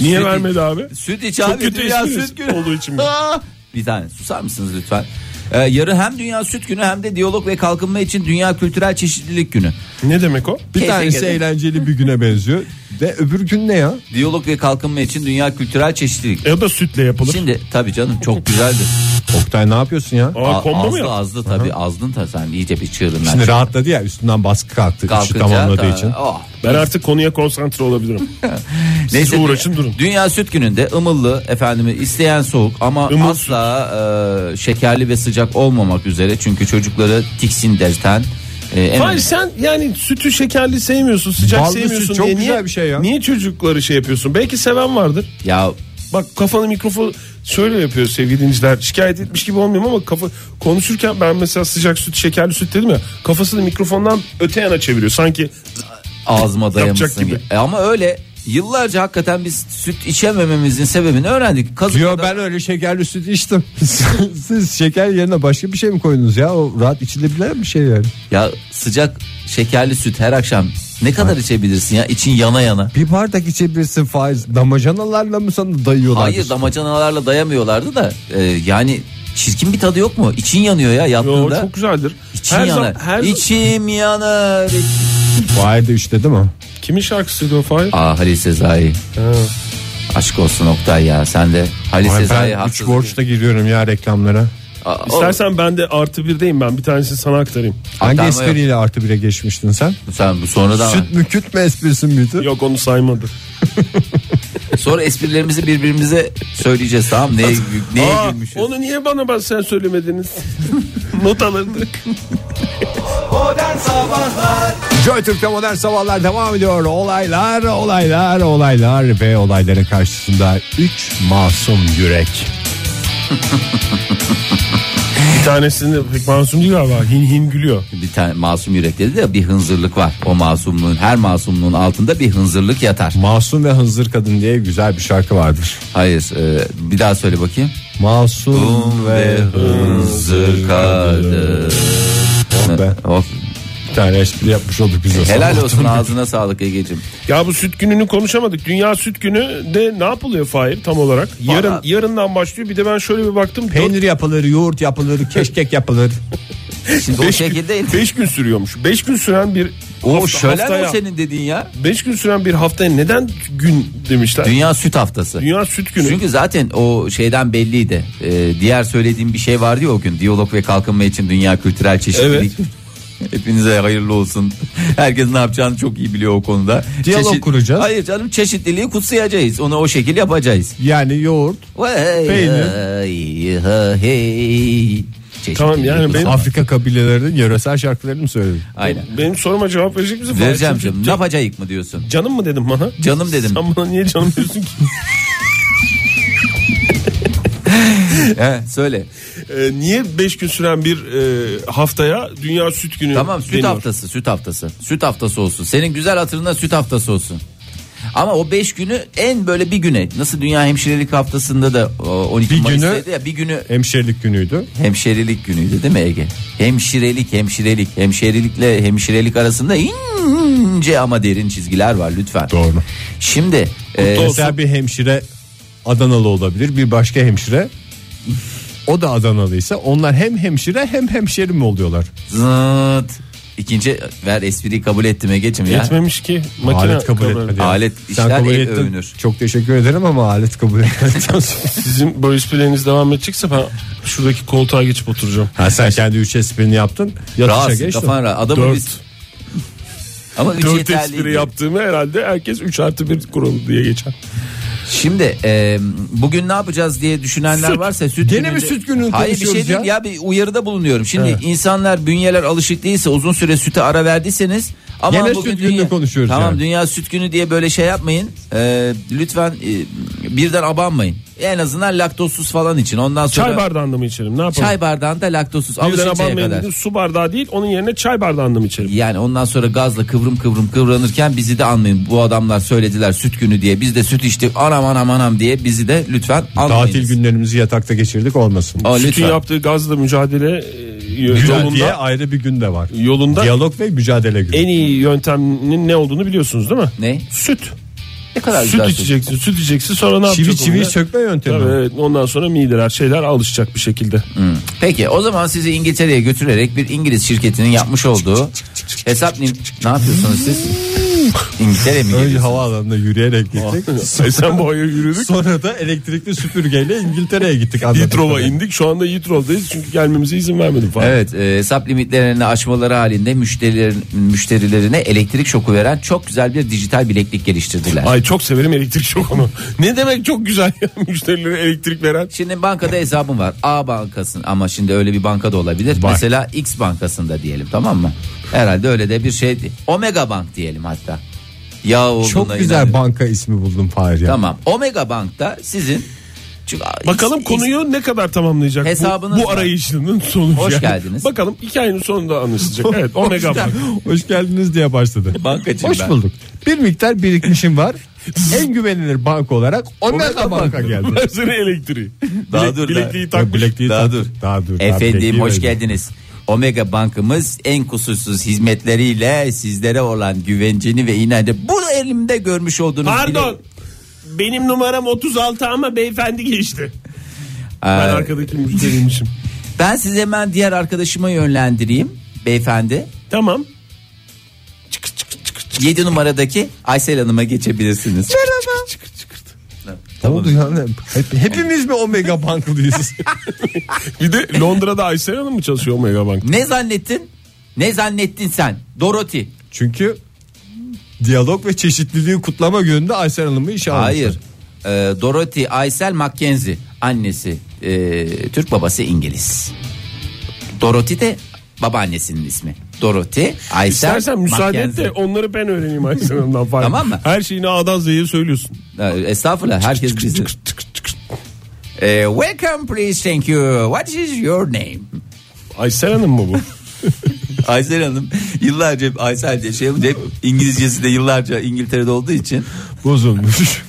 A: Niye
D: Süt-
A: vermedi abi?
D: Süt iç
A: Çok
D: abi
A: kötü
D: dünya
A: espri
D: süt günü.
A: olduğu için. mi?
D: Aa! Bir tane susar mısınız lütfen? Ee, yarın hem dünya süt günü hem de diyalog ve kalkınma için dünya kültürel çeşitlilik günü.
A: Ne demek o?
B: Bir
D: Keyfe
B: tanesi
D: gelin.
B: eğlenceli bir güne benziyor. De öbür gün ne ya?
D: Diyalog ve kalkınma için dünya kültürel çeşitlilik.
A: E o da sütle yapılır.
D: Şimdi tabii canım çok güzeldir.
B: Oktay ne yapıyorsun ya?
A: Aa, kombo mu
D: azdı
A: ya?
D: azdı tabii azdın da sen iyice bir çığırın.
B: Şimdi rahatladı ya üstünden baskı kalktı. işi tamamladığı için.
D: oh.
A: Ben artık konuya konsantre olabilirim. Siz uğraşın durun.
D: Dünya Süt Günü'nde ımıllı efendimi isteyen soğuk ama
A: Imıl
D: asla e, şekerli ve sıcak olmamak üzere çünkü çocukları tiksindirten e, en
A: Hayır sen yani sütü şekerli sevmiyorsun, sıcak
B: Ballı
A: sevmiyorsun
B: süt çok
A: diye
B: güzel
A: niye,
B: bir şey ya.
A: niye çocukları şey yapıyorsun? Belki seven vardır.
D: ya
A: Bak kafanı mikrofon şöyle yapıyor sevgili dinleyiciler. Şikayet etmiş gibi olmuyorum ama kafa konuşurken ben mesela sıcak süt, şekerli süt dedim ya. Kafasını mikrofondan öte yana çeviriyor. Sanki
D: ağzıma dayamışsın.
A: gibi.
D: E, ama öyle yıllarca hakikaten biz süt içemememizin sebebini öğrendik. Kazık
B: Diyor
D: kadar-
B: ben öyle şekerli süt içtim. Siz şeker yerine başka bir şey mi koydunuz ya? O rahat içilebilen bir şey yani.
D: Ya sıcak şekerli süt her akşam ne kadar içebilirsin ya için yana yana.
B: Bir bardak içebilirsin faiz. Damacanalarla mı sana dayıyorlar?
D: Hayır damacanalarla dayamıyorlardı da e, yani çirkin bir tadı yok mu? İçin yanıyor ya
A: Yo,
D: yattığında.
A: çok güzeldir.
D: İçin
A: her
D: yanar.
A: zaman her
D: İçim yanar.
B: Fahir de işte değil mi?
A: kimin şarkısıydı o Fahir?
D: Aa Halil Sezai. Aşk olsun Oktay ya sen de Halil
B: Ay
D: Sezai
B: ben 3
D: haksız.
B: borçta giriyorum ya reklamlara.
D: Aa, o-
A: İstersen ben de artı birdeyim ben. Bir tanesini sana aktarayım.
B: Hangi
D: Aktarma yok.
B: espriyle artı bire geçmiştin sen?
D: Sen bu sonradan
B: Süt mü küt mü esprisi miydi?
A: Yok onu saymadı.
D: sonra esprilerimizi birbirimize söyleyeceğiz tamam neye, neye
A: Aa,
D: gülmüşüz.
A: onu niye bana bak sen söylemediniz? Not alırdık.
B: Joy Türk'te modern sabahlar devam ediyor. Olaylar, olaylar, olaylar ve olayların karşısında 3 masum yürek.
A: Bir tanesini pek masum değil galiba. Hin hin gülüyor.
D: Bir tane masum yürek dedi de bir hınzırlık var. O masumluğun her masumluğun altında bir hınzırlık yatar.
B: Masum ve Hınzır Kadın diye güzel bir şarkı vardır.
D: Hayır e, bir daha söyle bakayım.
B: Masum
D: Masum ve
B: ve
D: hınzır kadın.
B: Hınzır.
D: Of,
B: tane espri yapmış olduk biz de.
D: Helal
B: Sabah.
D: olsun ağzına sağlık Ege'cim.
A: Ya bu süt gününü konuşamadık. Dünya süt günü de ne yapılıyor Fahir tam olarak? Yarın
D: Vallahi-
A: yarından başlıyor. Bir de ben şöyle bir baktım.
B: Peynir yapılır, yoğurt yapılır, keşkek yapılır.
D: Şimdi o şekilde
A: 5 gün sürüyormuş. 5 gün süren bir
D: o
A: hafta,
D: şölen o
A: haftaya.
D: senin dediğin ya.
A: 5 gün süren bir haftaya neden gün demişler? Dünya,
D: Dünya süt haftası.
A: süt günü.
D: Çünkü zaten o şeyden belliydi. Ee, diğer söylediğim bir şey vardı ya o gün. Diyalog ve kalkınma için dünya kültürel çeşitlilik. Hepinize hayırlı olsun. Herkes ne yapacağını çok iyi biliyor o konuda.
B: Diyalog kuracağız.
D: Hayır canım çeşitliliği kutsayacağız. Onu o şekil yapacağız.
B: Yani yoğurt.
D: Vay,
B: Peynir.
D: hey, ha, hey. Çeşitliliği
A: Tamam, yani
D: kutsayacağız.
A: benim-
B: Afrika kabilelerinin yöresel şarkılarını mı söyledin?
D: Aynen.
A: Benim soruma cevap verecek misin? Fahir?
D: Vereceğim
A: Sen-
D: canım. Ne yapacağız mı diyorsun?
A: Canım mı dedim bana?
D: Canım dedim.
A: Sen bana niye canım diyorsun ki?
D: He, söyle.
A: Ee, niye 5 gün süren bir e, haftaya Dünya Süt Günü
D: Tamam süt
A: deniyor?
D: haftası süt haftası. Süt haftası olsun. Senin güzel hatırına süt haftası olsun. Ama o 5 günü en böyle bir güne. Nasıl Dünya Hemşirelik Haftası'nda da o, 12
B: Bir
D: Mayıs'taydı
B: günü-
D: ya bir günü
B: Hemşerilik günüydü.
D: hemşirelik günüydü değil mi Ege? Hemşirelik hemşirelik hemşirelikle hemşirelik arasında ince ama derin çizgiler var lütfen.
B: Doğru.
D: Şimdi e,
B: Mesela bir hemşire Adanalı olabilir. Bir başka hemşire o da Adanalıysa onlar hem hemşire hem hemşeri mi oluyorlar?
D: zıt ikinci ver espriyi kabul ettim Ege'cim ya.
A: Yetmemiş ki. Makine
B: alet kabul etmedi. yani.
D: Alet
B: Sen
D: işler
B: kabul
D: el
B: ettin.
D: övünür.
B: Çok teşekkür ederim ama alet kabul etmedikten sonra.
A: Sizin böyle esprileriniz devam edecekse ben şuradaki koltuğa geçip oturacağım.
B: Ha, sen kendi üç esprini yaptın. Yatışa
D: Rahatsın
B: geçtin.
D: kafan rahat. Adamı
A: Dört.
D: biz... Ama üç
A: 4
D: yeterliydi.
A: espri yaptığımı herhalde herkes 3 artı 1 kuralı diye geçer.
D: Şimdi e, bugün ne yapacağız diye düşünenler varsa süt
B: Gene
D: gününde-
B: mi süt gününü
D: Hayır bir şey
B: konuşuyoruz
D: değil
B: ya?
D: ya bir uyarıda bulunuyorum. Şimdi insanlar bünyeler alışık değilse uzun süre süte ara verdiyseniz ama
B: Gene
D: bugün
B: süt gününü
D: dünya-
B: konuşuyoruz
D: Tamam
B: yani.
D: dünya süt günü diye böyle şey yapmayın. E, lütfen e, birden abanmayın. En azından laktozsuz falan için. Ondan sonra
A: Çay bardağında mı içelim? Ne yapalım?
D: çay bardağında laktozsuz
A: Birden
D: alışıncaya
A: abanmayın
D: kadar.
A: dedim, su bardağı değil onun yerine çay bardağında mı içelim?
D: Yani ondan sonra gazla kıvrım kıvrım kıvranırken bizi de anlayın. Bu adamlar söylediler süt günü diye. Biz de süt içtik anam anam anam diye bizi de lütfen anlayın.
B: Tatil günlerimizi yatakta geçirdik olmasın.
D: Aa,
A: Sütün
D: lütfen.
A: yaptığı gazla mücadele e,
B: Güzel diye
A: yolunda,
B: ayrı bir gün de var.
A: yolunda
B: Diyalog ve mücadele günü.
A: en iyi yöntemin ne olduğunu biliyorsunuz değil mi?
D: Ne?
A: Süt.
D: Ne kadar
A: süt
D: güzel söz.
A: içeceksin, süt içeceksin sonra ne
B: Çivi
A: yapacaksın?
B: çivi
A: onu?
B: sökme yöntemi.
A: Tabii, evet, ondan sonra mideler şeyler alışacak bir şekilde.
D: Peki o zaman sizi İngiltere'ye götürerek bir İngiliz şirketinin yapmış olduğu hesap nim- ne yapıyorsunuz siz? İngiltere mi
B: Önce
D: gidiyorsunuz?
B: havaalanında yürüyerek gittik.
A: Sen bu aya Ah. yürüdük.
B: Sonra da elektrikli süpürgeyle İngiltere'ye gittik. anladığım
A: Yitrova
B: kadarıyla.
A: indik. Şu anda Yitrov'dayız çünkü gelmemize izin vermedi falan.
D: Evet e, hesap limitlerini aşmaları halinde müşterilerin, müşterilerine elektrik şoku veren çok güzel bir dijital bileklik geliştirdiler.
A: Ay çok severim elektrik şokunu. ne demek çok güzel ya müşterilere elektrik veren.
D: Şimdi bankada hesabım var. A bankasın ama şimdi öyle bir bankada olabilir. Mesela X bankasında diyelim tamam mı? Herhalde öyle de bir şey. Omega Bank diyelim hatta. Ya olduğuna
B: Çok güzel
D: inanıyorum.
B: banka ismi buldum Fahir ya.
D: Tamam. Omega Bank'ta sizin çünkü
A: Bakalım
D: X-
A: konuyu ne kadar tamamlayacak
D: Hesabınız
A: bu, bu
D: var.
A: arayışının sonucu.
D: Hoş
A: yani.
D: geldiniz.
A: Bakalım hikayenin sonunda anlaşılacak. evet Omega Bank.
B: Hoş geldiniz diye başladı.
D: Bankacıyım
B: Hoş
D: ben.
B: bulduk. Bir miktar birikmişim var. en güvenilir banka olarak Omega Banka geldi.
A: Versene elektriği.
D: Daha
A: Bilek-
D: dur,
A: bilekliği
B: Ya
A: takmış.
B: bilekliği
D: Daha
B: taktı.
D: dur.
B: Daha dur. daha
D: Efendim
B: bilekliği
D: hoş
B: verdi.
D: geldiniz. Omega Bank'ımız en kusursuz hizmetleriyle sizlere olan güvenceni ve inancı bu elimde görmüş olduğunuz
A: Pardon.
D: bile-
A: Benim numaram 36 ama beyefendi geçti.
D: Ee,
A: Ben arkadaki müşteriymişim.
D: ben sizi hemen diğer arkadaşıma yönlendireyim beyefendi.
A: Tamam.
D: 7 numaradaki Aysel Hanım'a geçebilirsiniz.
B: Ne oldu ya? Hep- hepimiz mi Omega Banklıyız?
A: Bir de Londra'da Aysel Hanım mı çalışıyor Omega Bank?
D: Ne zannettin? Ne zannettin sen? Dorothy.
B: Çünkü diyalog ve çeşitliliği kutlama gününde Aysel Hanım'ı işe almışlar.
D: Hayır. Ee, Dorothy Aysel Mackenzie annesi ee, Türk babası İngiliz. Dorothy de babaannesinin ismi. Dorothy Aysel
A: İstersen müsaade et
D: Mackenzie.
A: de onları ben öğreneyim Aysel Hanım'dan falan.
D: Tamam mı?
A: Her şeyini A'dan Z'ye söylüyorsun.
D: Ee, Estağfurullah herkes bizi. Ee, welcome please thank you. What is your name?
A: Aysel Hanım mı bu?
D: Aysel Hanım yıllarca hep Aysel diye şey yapınca hep İngilizcesi de yıllarca İngiltere'de olduğu için
B: Bozulmuş.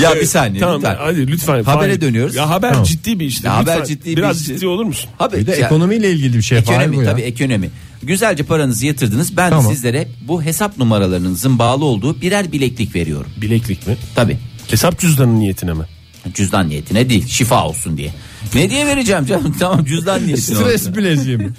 D: ya bir saniye.
A: Tamam
D: bir saniye.
A: hadi lütfen.
D: Habere
A: Fahir.
D: dönüyoruz.
A: E, Ya haber
D: Tamam.
A: ciddi bir işte.
D: Ya haber
A: Lütfen,
D: ciddi bir şey.
A: Biraz
D: işte.
A: ciddi olur musun?
D: Haber,
B: Bir de
D: ya-
B: ekonomiyle ilgili bir şey Fahir bu
D: Ekonomi
B: ya.
D: tabii ekonomi. Güzelce paranızı yatırdınız. Ben
B: Tamam.
D: de sizlere bu hesap numaralarınızın bağlı olduğu birer bileklik veriyorum.
A: Bileklik mi?
D: Tabii.
A: Hesap cüzdanı niyetine mi?
D: Cüzdan niyetine değil, şifa olsun diye. Ne diye vereceğim canım? tamam cüzdan niyetine. olsun.
B: Stres bileziği mi?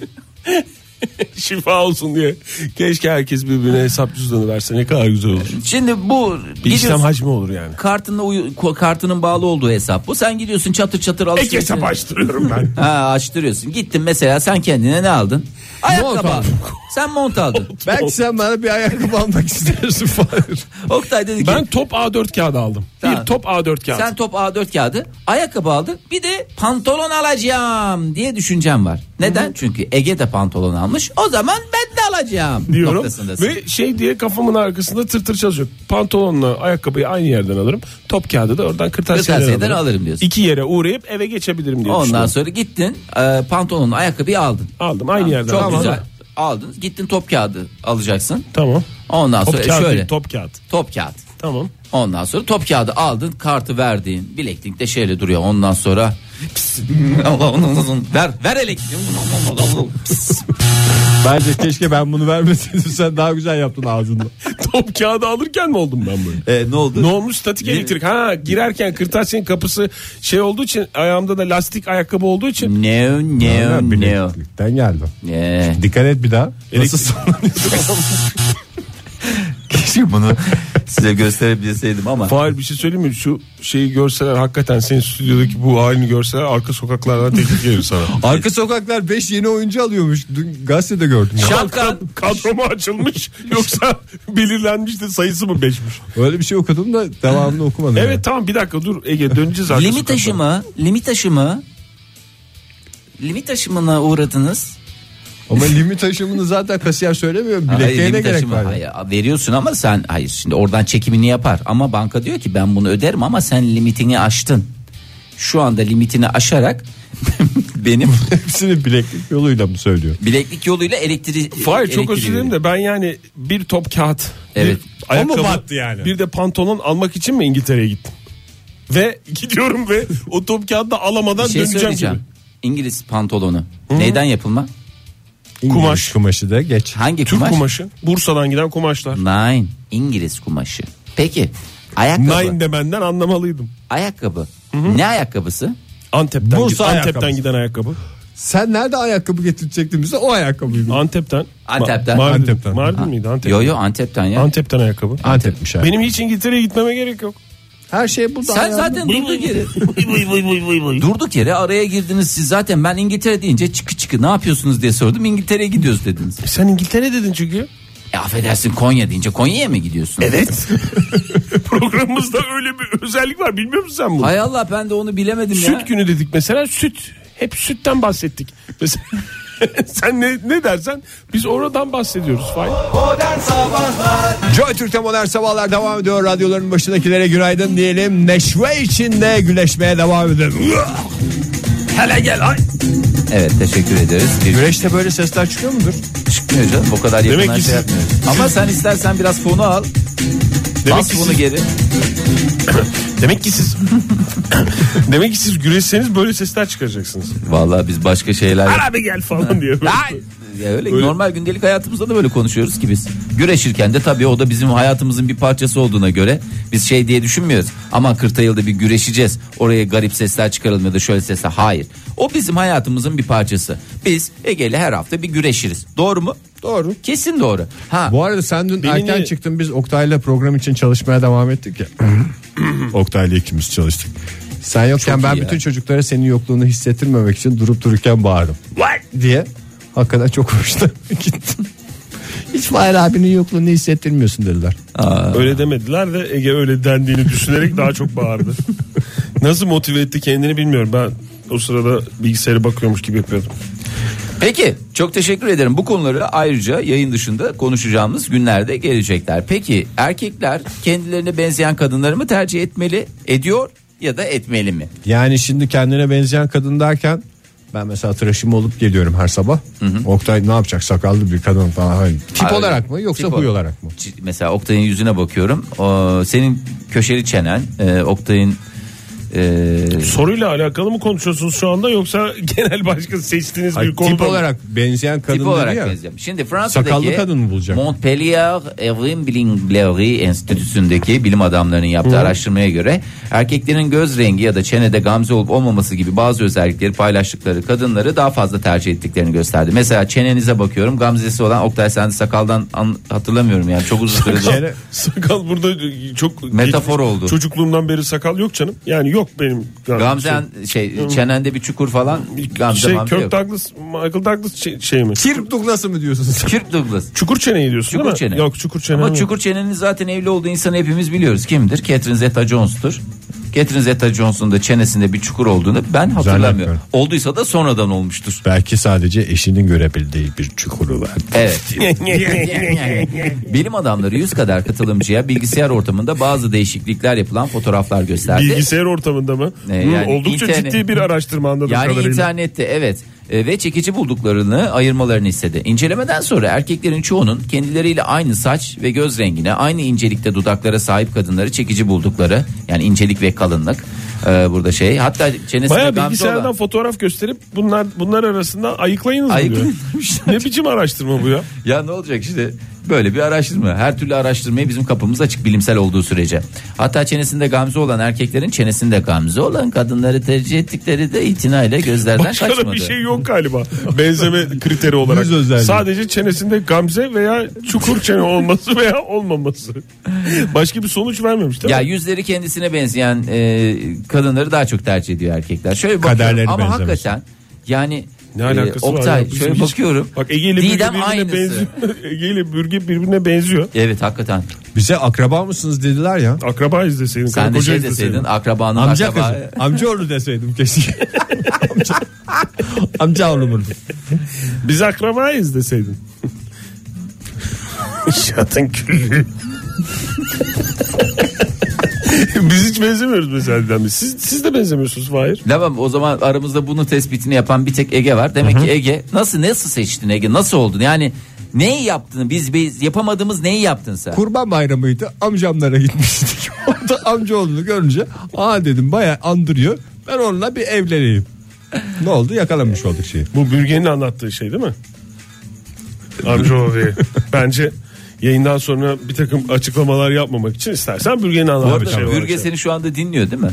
A: Şifa olsun diye. Keşke herkes birbirine hesap cüzdanı verse ne kadar güzel olur.
D: Şimdi bu
A: Bir işlem
D: gidiyorsun-
A: hacmi olur yani.
D: kartınla uyu- ko- kartının bağlı olduğu hesap bu. Sen gidiyorsun çatır çatır
A: Ek
D: alışverişe.
A: hesap açtırıyorum ben.
D: Ha açtırıyorsun. Gittin mesela sen kendine ne aldın? Ayakkabı. aldın. Sen mont aldın.
B: Belki sen bana bir ayakkabı almak istersin Fahir.
D: Oktay dedi ki
A: Ben top A4 kağıdı aldım.
D: Tamam.
A: Bir top A4 kağıdı.
D: sen top A4 kağıdı, ayakkabı aldın. Bir de pantolon alacağım diye düşüncem var. Neden? Çünkü Ege de pantolon almış. O zaman ben de alacağım
A: diyorum
D: noktasındasın.
A: ve şey diye kafamın arkasında tır tır çalışıyor. Pantolonla ayakkabıyı aynı yerden alırım. Top kağıdı da oradan kırtasiyeden
D: Kırtasiyeden
A: alırım.
D: alırım diyorsun.
A: İki yere uğrayıp eve geçebilirim diye
D: Ondan
A: düşünüyorum.
D: sonra gittin e, pantolonun ayakkabıyı aldın.
A: Aldım aynı yerden.
D: Çok
A: aldım.
D: güzel. Aldın. Gittin top kağıdı alacaksın.
A: Tamam.
D: Ondan
A: Top
D: sonra
A: kağıdı,
D: şöyle top.
A: top kağıt.
D: kağıt.
A: Tamam.
D: Ondan sonra top kağıdı aldın, kartı verdiğin bileklik de şeyle duruyor. Ondan sonra Pis. Allah onu uzun ver ver elektriği. Pis.
B: Bence keşke ben bunu vermeseydim sen daha güzel yaptın ağzında.
A: top kağıdı alırken mi oldum ben böyle?
D: E, ne oldu?
A: Ne olmuş statik elektrik? Ha girerken kırtasiyenin kapısı şey olduğu için ayağımda da lastik ayakkabı olduğu için
D: No no no.
B: Bileklikten geldim.
D: Ne? e.
B: Dikkat et bir daha.
A: Elektrik-
B: Nasıl sonlanıyor?
D: Keşke bunu size gösterebilseydim ama.
A: Fahir bir şey söyleyeyim mi? Şu şeyi görseler hakikaten senin stüdyodaki bu halini görseler arka sokaklardan teklif gelir sana.
B: Arka sokaklar 5 yeni oyuncu alıyormuş. Dün gazetede gördüm. ya.
D: Şapkan
A: Kadro mu açılmış yoksa belirlenmiş de sayısı mı beşmiş?
B: Öyle bir şey okudum da devamını okumadım.
A: Evet tamam bir dakika dur Ege döneceğiz arka
D: limit
A: sokaklara.
D: aşımı, limit aşımı limit aşımına uğradınız.
B: Ama limit aşımını zaten kasiyer söylemiyor. Bilekliğe ne
D: limit
B: gerek
D: aşımı-
B: var?
D: hayır, veriyorsun ama sen hayır şimdi oradan çekimini yapar ama banka diyor ki ben bunu öderim ama sen limitini aştın. Şu anda limitini aşarak benim
B: Hepsini bileklik yoluyla mı söylüyor?
D: bileklik yoluyla elektrik
A: Fahir çok özür dilerim de ben yani bir top kağıt
D: Evet.
A: bir ayakkabı,
B: Ama battı yani.
A: bir de pantolon almak için mi İngiltere'ye gittim? Ve gidiyorum ve o top kağıdı da alamadan
D: Bir şey
A: döneceğim gibi.
D: söyleyeceğim. İngiliz pantolonu neyden yapılma?
B: İngiliz
A: Kumaş.
B: kumaşı da geç.
D: Hangi
A: Türk
D: kumaş?
A: kumaşı. Bursa'dan giden kumaşlar.
D: Nine. İngiliz kumaşı. Peki ayakkabı.
A: Nine demenden anlamalıydım.
D: Ayakkabı. Ne ayakkabısı?
A: Antep'ten,
B: Bursa
A: Antep'ten
B: ayakkabısı.
A: giden ayakkabı.
B: Sen nerede ayakkabı getirecektin bize? O ayakkabıyı. mı?
A: Antep'ten.
D: Antep'ten.
A: Ma- Mardin,
B: Antep'ten.
A: Mardin miydi? Antep.
D: Yo yo Antep'ten ya.
A: Antep'ten ayakkabı.
B: Antep'miş abi.
A: Benim hiç İngiltere'ye gitmeme gerek yok.
B: Her şey burada.
D: Sen
B: ayağında.
D: zaten durduk yere. durduk yere araya girdiniz siz zaten ben İngiltere deyince çıkı çıkı ne yapıyorsunuz diye sordum İngiltere'ye gidiyoruz dediniz.
A: E Sen İngiltere dedin çünkü.
D: E affedersin Konya deyince Konya'ya mı gidiyorsun?
A: Evet. E, Programımızda öyle bir özellik var bilmiyor musun sen bunu?
D: Hay Allah ben de onu bilemedim ya.
A: Süt günü dedik mesela süt. Hep sütten bahsettik. Mesela sen ne, ne dersen biz oradan bahsediyoruz. Fahir.
B: Joy Türk'te modern sabahlar devam ediyor. Radyoların başındakilere günaydın diyelim. Neşve içinde güleşmeye devam edelim.
D: Hele gel ay. Evet teşekkür ederiz. Bir
B: Güreşte böyle sesler çıkıyor mudur?
D: çıkmıyor canım o kadar yakından
A: Demek ki
D: şey
A: siz-
D: yapmıyoruz. Ama sen istersen biraz fonu al.
A: Demek
D: bas
A: ki
D: bunu
A: siz-
D: geri.
A: Demek ki siz Demek ki siz güreşseniz böyle sesler çıkaracaksınız.
D: Vallahi biz başka şeyler
A: Abi gel falan diye.
D: Ya öyle, normal gündelik hayatımızda da böyle konuşuyoruz ki biz. Güreşirken de tabii o da bizim hayatımızın bir parçası olduğuna göre biz şey diye düşünmüyoruz. Aman Kırtayıl'da bir güreşeceğiz. Oraya garip sesler çıkaralım ya da şöyle sesler. Hayır. O bizim hayatımızın bir parçası. Biz Ege'yle her hafta bir güreşiriz. Doğru mu?
B: Doğru.
D: Kesin doğru. Ha.
B: Bu arada sen dün
A: Beni
B: erken
A: niye-
B: çıktın biz Oktay'la program için çalışmaya devam ettik ya. Oktay'la ikimiz çalıştık. Sen yokken
D: Çok iyi
B: ben
D: ya.
B: bütün çocuklara senin yokluğunu hissettirmemek için durup dururken bağırdım. diye. Hakikaten çok hoşuna gittim. Hiç Fahir abinin yokluğunu hissettirmiyorsun dediler.
A: Öyle demediler de Ege öyle dendiğini düşünerek daha çok bağırdı. Nasıl motive etti kendini bilmiyorum. Ben o sırada bilgisayara bakıyormuş gibi yapıyordum.
D: Peki çok teşekkür ederim. Bu konuları ayrıca yayın dışında konuşacağımız günlerde gelecekler. Peki erkekler kendilerine benzeyen kadınları mı tercih etmeli? Ediyor ya da etmeli mi?
B: Yani şimdi kendine benzeyen kadın derken Ben mesela tıraşımı olup geliyorum her sabah. Oktay ne yapacak sakallı bir kadın falan. Hani tip
D: Abi,
B: olarak mı yoksa
D: tip
B: huy
D: ol-
B: olarak mı?
D: C- Mesela Oktay'ın yüzüne bakıyorum. O, senin köşeli çenen, e, Oktay'ın e,
A: Soruyla alakalı mı konuşuyorsunuz şu anda yoksa genel başka seçtiğiniz
B: Hayır,
A: bir konu
B: tip olarak benzeyen kadın
D: tipi
B: dedi
D: olarak
B: ya.
D: benziyorum. Şimdi Fransa'daki
B: Sakallı kadın mı bulacak?
D: Montpellier Evrim Bilimleri Enstitüsü'ndeki bilim adamlarının yaptığı araştırmaya göre erkeklerin göz rengi ya da çenede gamze olup olmaması gibi bazı özellikleri paylaştıkları kadınları daha fazla tercih ettiklerini gösterdi. Mesela çenenize bakıyorum gamzesi olan Oktay sen sakaldan an- hatırlamıyorum yani çok uzun süredir.
B: Çene-
A: Sakal burada çok
D: Metafor oldu.
A: Çocukluğumdan beri sakal yok canım. Yani yok benim. Yani
D: Gamzen şey çenende bir çukur falan
A: şey,
D: gamze
A: şey
D: mamze
A: Kirk
D: yok.
A: Douglas, Michael Douglas şey, şey mi?
B: Kirk Douglas'ı mı diyorsunuz?
D: Kirk Douglas.
A: Çukur çeneyi diyorsun
D: Çukur
A: değil
D: çene.
A: mi? Yok çukur çene.
D: Ama
A: mi?
D: çukur çenenin zaten evli olduğu insanı hepimiz biliyoruz. Kimdir? Catherine Zeta Jones'tur. Catherine Zeta Jones'un da çenesinde bir çukur olduğunu ben hatırlamıyorum.
B: Zannetmiyorum.
D: Olduysa da sonradan olmuştur.
B: Belki sadece eşinin görebildiği bir çukuru var.
D: Evet. Bilim adamları 100 kadar katılımcıya bilgisayar ortamında bazı değişiklikler yapılan fotoğraflar gösterdi.
A: Bilgisayar ortamında mı?
D: Ne,
A: Hı,
D: yani
A: Oldukça
D: internet-
A: ciddi bir araştırma anladığım
D: Yani
A: kadarıyla.
D: internette evet E, ve çekici bulduklarını ayırmalarını istedi. İncelemeden sonra erkeklerin çoğunun kendileriyle aynı saç ve göz rengine aynı incelikte dudaklara sahip kadınları çekici buldukları yani incelik ve kalınlık e, burada şey hatta çenesine
A: Baya
D: gamze
A: bilgisayardan
D: olan-
A: fotoğraf gösterip bunlar bunlar arasında ayıklayınız mı diyor.
D: Ayıklayın
A: ne biçim araştırma bu ya?
D: Ya ne olacak işte böyle bir araştırma. Her türlü araştırmaya bizim kapımız açık bilimsel olduğu sürece. Hatta çenesinde gamze olan erkeklerin çenesinde gamze olan kadınları tercih ettikleri de itinayla gözlerden
A: Başka da
D: kaçmadı.
A: bir şey yok galiba. Benzeme kriteri olarak.
B: Yüz özelliği.
A: Sadece çenesinde gamze veya çukur çene olması veya olmaması. Başka bir sonuç vermemiş değil
D: Ya
A: mi?
D: yüzleri kendisine benzeyen e, kadınları daha çok tercih ediyor erkekler. Şöyle bakıyorum
B: Kaderleri
D: ama
B: benzemiş.
D: hakikaten yani
A: Ne
D: e,
A: alakası var
D: Oktay
A: ya? Bizim
D: şöyle
A: hiç-
D: bakıyorum.
A: Bak Ege ile Bürge
D: Didem
A: birbirine
D: aynısı.
A: benziyor. Ege ile Bürge birbirine benziyor.
D: Evet hakikaten.
B: Bize akraba mısınız dediler ya.
A: Akraba izleseydin.
D: Sen
A: karı
D: de
A: koca
D: şey
A: izleseydin.
D: deseydin akrabanın
B: Amca
D: akraba.
B: kızı. Amca oğlu deseydim keşke. amca, amca oğlumun.
A: Biz akrabayız deseydin. Şatın küllü. Biz hiç benzemiyoruz mesela Didem Bey. Siz, siz de benzemiyorsunuz Fahir.
D: Tamam o zaman aramızda bunu tespitini yapan bir tek Ege var. Demek ki Ege nasıl nasıl seçtin Ege nasıl oldun yani neyi yaptın biz, biz yapamadığımız neyi yaptın sen?
B: Kurban bayramıydı amcamlara gitmiştik. Orada amca oğlunu görünce aa dedim baya andırıyor. Ben onunla bir evleneyim. Ne oldu yakalamış olduk şey. şeyi.
A: Bu Bürge'nin anlattığı şey değil mi? Amcaoğlu diye. Bence yayından sonra bir takım açıklamalar yapmamak için istersen Bürge'nin
D: Bu
A: anlattığı
D: arada
A: şey
D: Bürge
A: var.
D: seni şu anda dinliyor değil mi?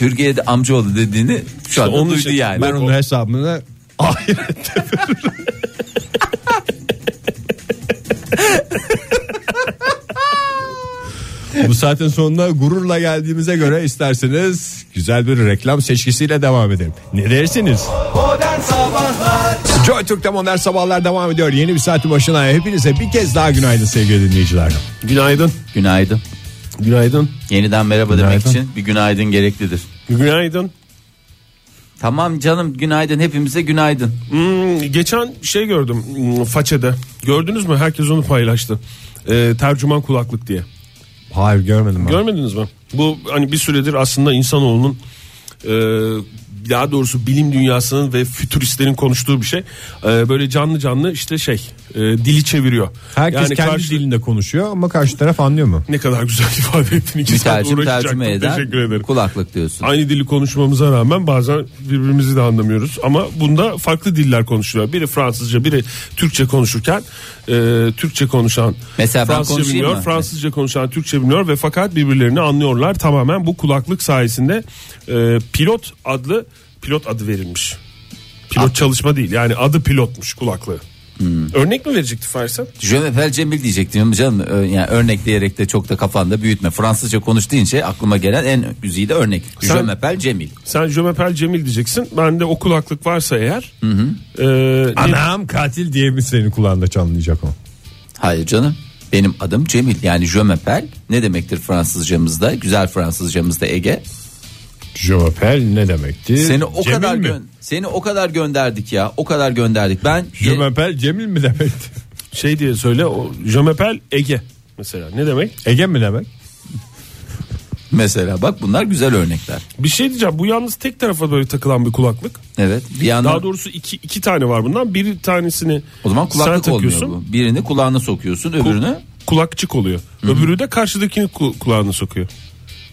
D: Bürge'ye de amcaoğlu dediğini şu anda
A: onun
D: duydu
A: için-
D: yani.
B: Ben onun hesabını ahirette veririm. Bu saatin sonuna gururla geldiğimize göre isterseniz güzel bir reklam seçkisiyle devam edelim. Ne dersiniz? Joy Türk'te modern sabahlar devam ediyor. Yeni bir saatin başına hepinize bir kez daha günaydın sevgili dinleyiciler.
A: Günaydın.
D: Günaydın.
A: Günaydın.
D: Yeniden merhaba
B: Günaydın.
D: demek için bir günaydın gereklidir.
A: Günaydın.
D: Tamam canım günaydın hepimize günaydın.
A: Hmm, geçen şey gördüm hmm, façede. Gördünüz mü? Herkes onu paylaştı. Ee, tercüman kulaklık diye.
B: Hayır görmedim ben.
A: Görmediniz mi? Bu hani bir süredir aslında insanoğlunun e, daha doğrusu bilim dünyasının ve fütüristlerin konuştuğu bir şey. E, böyle canlı canlı işte şey e, dili çeviriyor.
B: Herkes kendi
A: karşı-
B: dilinde konuşuyor ama karşı taraf anlıyor mu?
A: Ne kadar güzel ifade ettin. İki saat
D: Mütercim
A: uğraşacaktım.
D: tercüme eder
A: Teşekkür ederim.
D: kulaklık diyorsun.
A: Aynı dili konuşmamıza rağmen bazen birbirimizi de anlamıyoruz. Ama bunda farklı diller konuşuluyor. Biri Fransızca, biri Türkçe konuşurken e, Türkçe konuşan
D: Mesela ben
A: Fransızca
D: konuşayım
A: bilmiyor,
D: mı?
A: Fransızca konuşan Türkçe bilmiyor ve fakat birbirlerini anlıyorlar. Tamamen bu kulaklık sayesinde e, pilot adlı pilot adı verilmiş. Pilot
D: Ah.
A: çalışma değil yani adı pilotmuş kulaklığı.
D: Hmm.
A: Örnek mi verecekti Faysal?
D: Je m'appelle Cemil diyecektim canım Ö- yani örnekleyerek de çok da kafanda büyütme. Fransızca konuş deyince aklıma gelen en güzeli de örnek.
A: Sen-
D: Je m'appelle Cemil.
A: Sen Jomepel Cemil diyeceksin. Ben de o kulaklık varsa eğer. e, ne-
B: Anam katil diye mi senin kulağında çanlayacak o?
D: Hayır canım benim adım Cemil yani je m'appelle ne demektir Fransızcamızda güzel Fransızcamızda Ege.
B: Jopel ne
A: Ee,
B: demekti?
D: Seni o
B: Cemil
D: kadar
B: mi?
D: gön- seni o kadar gönderdik ya o kadar gönderdik ben.
B: Jopel Cemil mi demekti?
A: şey diye söyle o Jomepel Ege mesela ne demek?
B: Ege mi demek?
D: Mesela bak bunlar güzel örnekler.
A: Bir şey diyeceğim bu yalnız tek tarafa böyle takılan bir kulaklık.
D: Evet. Bir yandan
A: Daha doğrusu iki, iki tane var bundan. Bir tanesini
D: o zaman kulaklık
A: sen
D: olmuyor
A: takıyorsun.
D: bu. Birini kulağına sokuyorsun, öbürünü
A: Kulakçık oluyor. Öbürü de karşıdakini ku- kulağına sokuyor.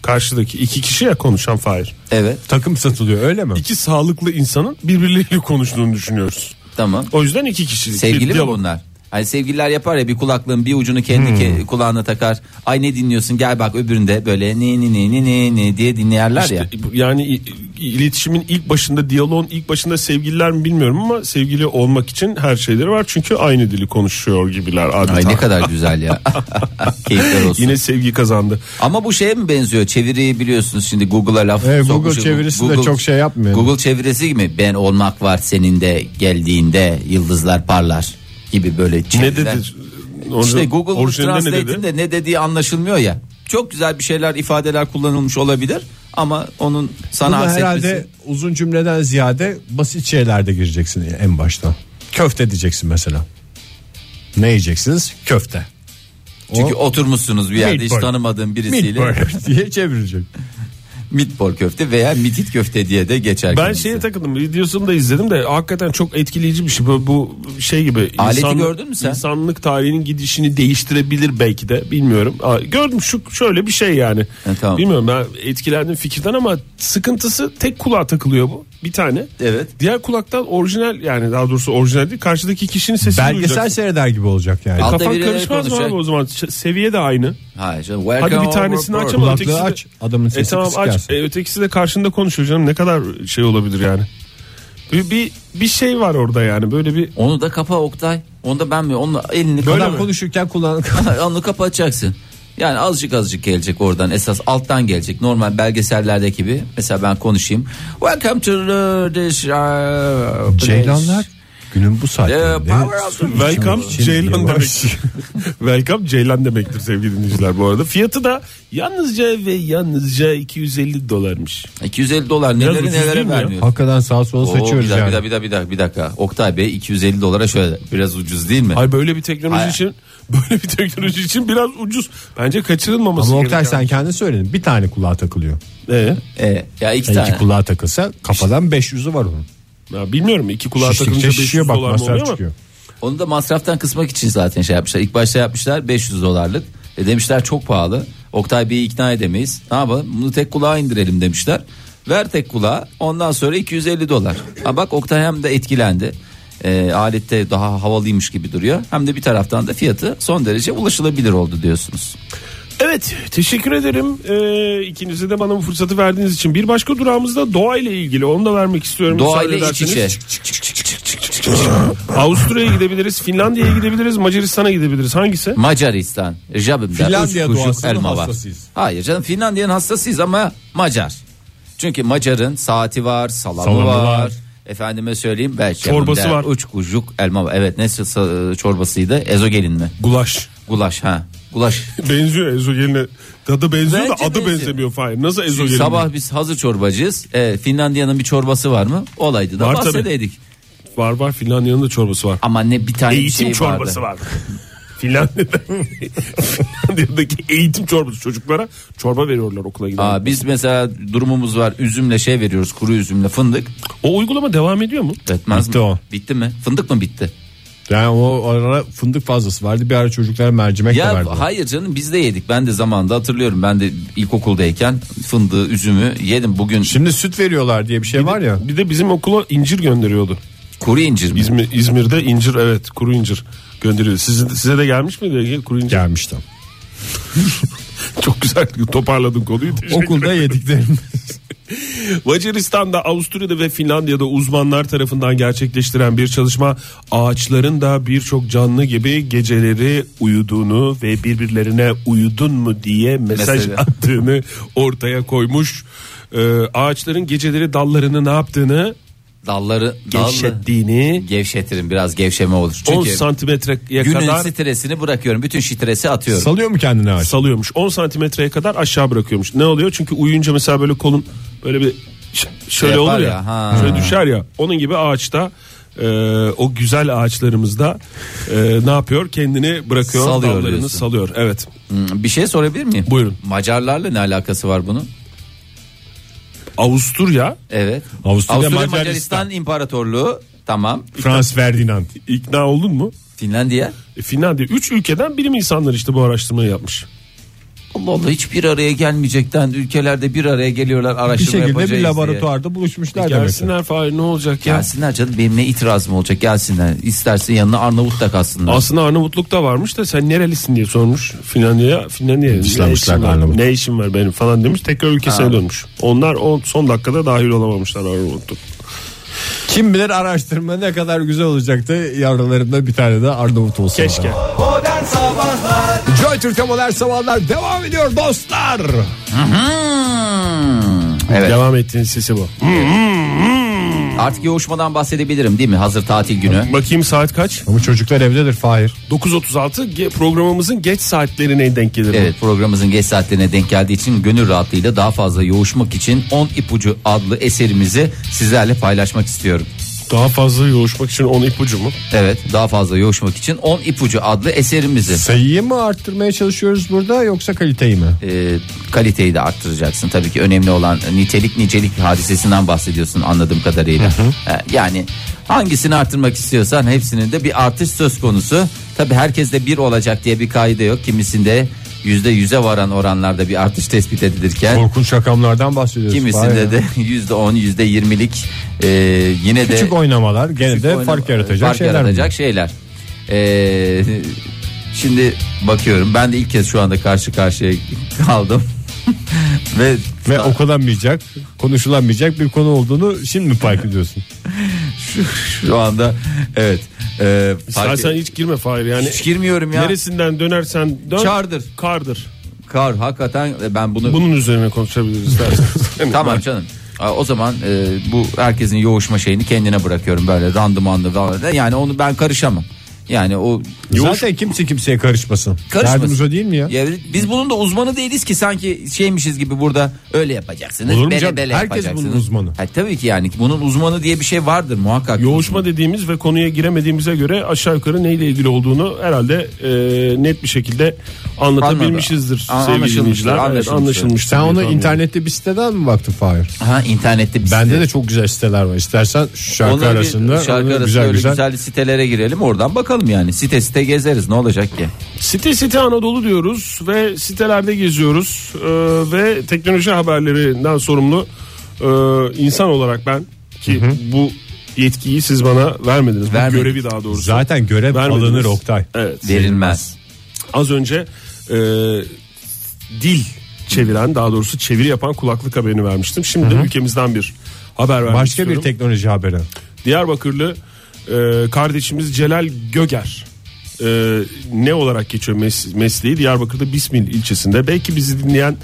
A: Karşıdaki iki kişi ya konuşan Fahir.
D: evet.
B: Takım satılıyor öyle mi?
A: İki sağlıklı insanın birbirleriyle konuştuğunu düşünüyoruz.
D: Tamam.
A: O yüzden iki kişilik. bir
D: Sevgili mi
A: diyalog.
D: bunlar? Hani sevgililer yapar ya bir kulaklığın bir ucunu
B: Hmm.
D: kendi ke- kulağına takar. Ay ne dinliyorsun gel bak öbüründe böyle ne ne ne ne ne ne diye dinleyerler ya.
A: İşte bu- yani i- i- iletişimin ilk başında diyaloğun ilk başında sevgililer mi bilmiyorum ama sevgili olmak için her şeyleri var. Çünkü aynı dili konuşuyor gibiler adeta.
D: Ay ne kadar güzel ya. Keyifler olsun.
A: Yine sevgi kazandı.
D: Ama bu şeye mi benziyor? Çeviriyi biliyorsunuz şimdi Google'a laf
B: Evet,
D: sokmuş.
B: Google çevirisi de çok şey yapmıyor.
D: Google çevirisi mi? Ben olmak var senin de geldiğinde yıldızlar parlar gibi böyle
A: Ne dedi?
D: çeviriler.
A: Orjin-
D: Şey, İşte Google
A: orijinalinde ne dedi?
D: Translate'in de ne dediği anlaşılmıyor ya. Çok güzel bir şeyler ifadeler kullanılmış olabilir ama onun sana
B: Buna
D: hapsetmesi.
B: herhalde uzun cümleden ziyade basit şeylerde gireceksin en başta. Köfte diyeceksin mesela. Ne yiyeceksiniz? Köfte.
D: Çünkü oturmuşsunuz bir yerde hiç
B: Meatball.
D: tanımadığın birisiyle meatball.
B: Meatball diye çevirecek.
D: köfte veya mitit köfte diye de geçer.
A: Ben şey-
D: kendisi.
A: şeye takıldım videosunu da izledim de hakikaten çok etkileyici bir şey. Böyle bu şey gibi.
D: Aleti gördün mü sen?
A: İnsanlık tarihinin gidişini değiştirebilir belki de bilmiyorum. Aa, gördüm şu şöyle bir şey yani.
D: Ha, E, tamam.
A: Bilmiyorum ben etkilendim fikirden ama sıkıntısı tek kulağa takılıyor bu bir tane.
D: Evet.
A: Diğer kulaktan orijinal yani daha doğrusu orijinal değil karşıdaki kişinin sesini
B: Belgesel
A: duyacaksın.
B: seyreder gibi olacak yani.
D: Al- Altta
A: Kafan
D: birileri
A: karışmaz mı
D: konuşacak.
A: abi o zaman? Ş- Seviye de aynı.
D: Hayır canım,
A: Hadi
D: welcome
A: bir tanesini
D: over.
A: aç ama ötekisi de...
B: Kulaklığı aç. Adamın sesi
A: E tamam
B: kısık
A: aç.
B: gelsin.
A: E, ötekisi de karşında konuşuyor canım. Ne kadar şey olabilir yani. Bir, bir, bir şey var orada yani. Böyle bir
D: Onu da kapa Oktay. Onu da ben mi? Onunla elini
B: Böyle
D: kapa.
B: konuşurken kullan.
D: Onu kapatacaksın. Yani azıcık azıcık gelecek oradan esas alttan gelecek normal belgesellerdeki gibi mesela ben konuşayım welcome to the- this uh, place.
B: Ceylanlar günün bu
D: The
B: saatlerinde.
D: Ee, power of the-
A: Welcome
B: için
A: Ceylan
B: yavaş-
A: demektir. Welcome Ceylan demektir sevgili dinleyiciler bu arada. Fiyatı da yalnızca ve yalnızca 250 dolarmış.
D: 250 dolar neleri
A: ucuz değil
D: nelere
A: mi ya?
D: vermiyor.
B: Hakikaten sağa sola
D: Oo, bir dakika,
B: seçiyoruz yani.
D: bir dakika bir dakika bir dakika. Oktay Bey 250 dolara şöyle biraz ucuz değil mi?
A: Ay böyle bir teknoloji
D: Ay.
A: için böyle bir teknoloji için biraz ucuz. Bence kaçırılmaması
B: Ama Oktay
A: gereken.
B: sen kendin söyledin. Bir tane kulağa takılıyor.
A: Ee,
D: Ee, ya iki
B: Yani
D: tane.
B: iki kulağa takılsa kafadan 500'ü var onun.
A: ya bilmiyorum iki kulağa takınca
B: Şiştikçe
A: 500
B: şişiyor
A: dolar mı
B: bak
A: oluyor
B: masraf
A: ama.
B: çıkıyor.
D: Onu da masraftan kısmak için zaten şey yapmışlar. İlk başta yapmışlar 500 dolarlık. E demişler çok pahalı. Oktay Bey'i ikna edemeyiz. Ne yapalım? Bunu tek kulağa indirelim demişler. Ver tek kulağa. Ondan sonra 250 dolar. Ha bak Oktay hem de etkilendi. E, alette daha havalıymış gibi duruyor. Hem de bir taraftan da fiyatı son derece ulaşılabilir oldu diyorsunuz.
A: Evet teşekkür ederim ee, ikinize de bana bu fırsatı verdiğiniz için. Bir başka durağımızda doğa ile ilgili onu da vermek istiyorum.
D: Doğayla
A: müsaade
D: iç
A: ederseniz.
D: içe.
A: Avusturya'ya gidebiliriz, Finlandiya'ya gidebiliriz, Macaristan'a gidebiliriz. Hangisi?
D: Macaristan. Jabim'de
B: Finlandiya
D: üç kuşluk
B: doğasının
D: elma var.
B: hastasıyız.
D: Hayır canım Finlandiya'nın hastasıyız ama Macar. Çünkü Macar'ın saati var, salamı,
B: Salamı
D: var.
B: var.
D: Efendime söyleyeyim belki
A: Çorbası
D: yanında
A: var.
D: Üç kuşluk elma var. Evet ne sa- çorbasıydı? Ezogelin mi?
A: Gulaş.
D: Gulaş ha. Gulaş.
A: Benziyor ezogeline. Tadı benziyor
D: Bence
A: da adı
D: benziyor.
A: benzemiyor Fahir. Nasıl ezogelin?
D: Sabah biz hazır çorbacıyız. Ee, Finlandiya'nın bir çorbası var mı? Olaydı da
A: Var tabii.
D: bahsedeydik.
A: Var var Finlandiya'nın da çorbası var.
D: Ama ne bir tane
A: Eğitim
D: şey
A: E, çorbası
D: vardı.
A: var. Finlandiya'da Finlandiya'daki eğitim çorbası çocuklara çorba veriyorlar okula gidenler.
D: Aa, biz mesela durumumuz var. Üzümle şey veriyoruz. Kuru üzümle fındık.
A: O uygulama devam ediyor mu?
D: Etmez
B: Bitti
D: mi?
B: o.
D: Bitti mi? Fındık mı bitti?
B: Yani o ara fındık fazlası vardı. Bir ara çocuklara mercimek de verdi.
D: Ya hayır canım biz de yedik. Ben de zamanında hatırlıyorum. Ben de ilkokuldayken fındığı, üzümü yedim. Bugün
B: Şimdi süt veriyorlar diye bir şey var ya.
A: Bir de bizim okula incir gönderiyordu.
D: kuru incir mi?
A: İzmir, İzmir'de incir evet kuru incir gönderiyordu. Sizin, size de gelmiş miydi Ege, kuru incir?
B: Gelmişti.
A: Çok güzel toparladın konuyu. Teşekkür
B: Okulda yediklerim.
A: Macaristan'da, Avusturya'da ve Finlandiya'da uzmanlar tarafından gerçekleştiren bir çalışma ağaçların da birçok canlı gibi geceleri uyuduğunu ve birbirlerine uyudun mu diye mesaj
D: Mesela.
A: attığını ortaya koymuş. Ee, ağaçların geceleri dallarını ne yaptığını
D: Dalları dallı.
A: gevşettiğini
D: Gevşetirim biraz gevşeme olur.
A: 10
D: Çünkü
A: santimetreye
D: günün
A: kadar
D: stresini bırakıyorum. Bütün stresi atıyorum.
B: Salıyor mu kendini ağaç?
A: salıyormuş. 10 santimetreye kadar aşağı bırakıyormuş. Ne oluyor? Çünkü uyuyunca mesela böyle kolun böyle bir ş- şöyle
D: Şey yapar
A: olur ya.
D: ya, ha.
A: Şöyle düşer ya. Onun gibi ağaçta e, o güzel ağaçlarımızda e, ne yapıyor? Kendini bırakıyor.
D: Salıyor
A: dallarını
D: diyorsun.
A: salıyor. Evet.
D: Hmm, Bir şey sorabilir miyim?
A: Buyurun.
D: Macarlarla ne alakası var bunun?
A: Avusturya
D: Evet.
B: Avusturya,
D: Macaristan.
B: Macaristan
D: İmparatorluğu. Tamam.
B: Frans Ferdinand.
A: ikna oldun mu?
D: Finlandiya.
A: E, Finlandiya 3 ülkeden bilim insanları işte bu araştırmayı yapmış.
D: Allah Allah hiç bir araya gelmeyecekten ülkelerde bir araya geliyorlar
B: Bir
D: araştırma
B: şekilde bir
D: yapacağız diye.
B: laboratuvarda buluşmuşlar demek.
A: Gelsinler Fahir ne olacak ya?
D: Gelsinler canım benim ne itirazım olacak gelsinler. İsterse yanına Arnavut da kalsınlar.
A: Aslında Arnavutluk da varmış da sen nerelisin diye sormuş Finlandiya'ya. Finlandiya'ya ne
B: Dışlamışlar
A: işim, var,
B: Arnavut.
A: ne işim var benim falan demiş tekrar ülkesine dönmüş. Onlar o son dakikada dahil olamamışlar Arnavutluk.
B: Kim bilir araştırma ne kadar güzel olacaktı. Yavrularımda bir tane de Arnavut olsun.
A: Keşke.
B: Joy Türk'te modern sabahlar devam ediyor dostlar.
D: Hmm. Evet
A: Devam ettiğin sesi bu.
D: artık yoğuşmadan bahsedebilirim değil mi? Hazır tatil günü.
A: Bakayım saat kaç?
B: Ama çocuklar evdedir Fahir.
A: 9.36 ge- programımızın geç saatlerine denk gelir. bu.
D: Evet programımızın geç saatlerine denk geldiği için gönül rahatlığıyla daha fazla yoğuşmak için 10 ipucu adlı eserimizi sizlerle paylaşmak istiyorum.
A: Daha fazla yoğuşmak için 10 ipucu mu?
D: Evet daha fazla yoğuşmak için 10 ipucu adlı eserimizi
B: Sayıyı mı arttırmaya çalışıyoruz burada yoksa kaliteyi mi?
D: e, kaliteyi de arttıracaksın. Tabii ki önemli olan nitelik nicelik hadisesinden bahsediyorsun anladığım kadarıyla. E, Yani hangisini arttırmak istiyorsan hepsinin de bir artış söz konusu. Tabii herkes de bir olacak diye bir kaide yok. Kimisinde yüzde yüze varan oranlarda bir artış tespit edilirken
B: Korkunç rakamlardan bahsediyoruz.
D: kimisinde
B: Fahir.
D: de yüzde on yüzde yirmilik e, yine de
B: Küçük oynamalar gene de
D: Oynama-
B: fark yaratacak
D: fark
B: şeyler.
D: yaratacak
B: bunlar.
D: şeyler. Ee, şimdi bakıyorum ben de ilk kez şu anda karşı karşıya kaldım. Ve,
B: Ve okulanmayacak, konuşulamayacak bir konu olduğunu şimdi mi fark ediyorsun?
D: şu, şu anda evet. E, fark-
A: İstersen hiç girme Fahir yani.
D: hiç girmiyorum ya.
A: Neresinden dönersen dön.
D: Çardır.
A: Kardır.
D: Kar hakikaten e, ben bunu
A: Bunun üzerine konuşabiliriz isterseniz.
D: Tamam canım. Aa, O zaman e, bu herkesin yoğuşma şeyini kendine bırakıyorum böyle randımanlı falan. Yani onu ben karışamam. Yani o
B: Zaten kimse kimseye karışmasın.
D: Karışmasın.
B: Derdimiz o değil mi ya?
D: Ya biz bunun da uzmanı değiliz ki sanki şeymişiz gibi burada öyle yapacaksınız.
B: Olur mu
D: bele
B: canım?
D: bele
B: Herkes
D: yapacaksınız.
B: bunun uzmanı.
D: Ha, tabii ki yani bunun uzmanı diye bir şey vardır muhakkak.
A: Yoğuşma dediğimiz ve konuya giremediğimize göre aşağı yukarı neyle ilgili olduğunu herhalde e, net bir şekilde anlatabilmişizdir
D: Anladı.
A: sevgili
D: Anlaşılmıştır,
A: dinleyiciler. Evet,
D: anlaşılmıştır.
A: anlaşılmıştır
B: Sen
A: diye
B: onu
A: tahmin ediyorum.
B: internette bir siteden mi baktın Fahir?
D: Ha internette bir
B: Bende
D: site.
B: de çok güzel siteler var. İstersen şu şarkı
D: Ona bir
B: arasında
D: şarkı
B: onu
D: arası
B: güzel
D: öyle
B: güzel.
D: güzel. sitelere girelim oradan bakalım yani. Site site gezeriz ne olacak ki?
A: Site site Anadolu diyoruz ve sitelerde geziyoruz E, ve teknoloji haberlerinden sorumlu e, insan olarak ben ki bu yetkiyi siz bana vermediniz. Bu
D: Vermedik.
A: görevi daha doğrusu.
B: Zaten görev
A: Vermediniz.
B: alınır Oktay.
A: Evet.
D: Verilmez.
A: Az önce e, dil çeviren daha doğrusu çeviri yapan kulaklık haberini vermiştim. Şimdi de ülkemizden bir haber vermek
B: Başka bir
A: istiyorum.
B: teknoloji haberi.
A: Diyarbakırlı e, kardeşimiz Celal Göger e, ne olarak geçiyor mes- mesleği Diyarbakır'da Bismil ilçesinde. Belki bizi dinleyen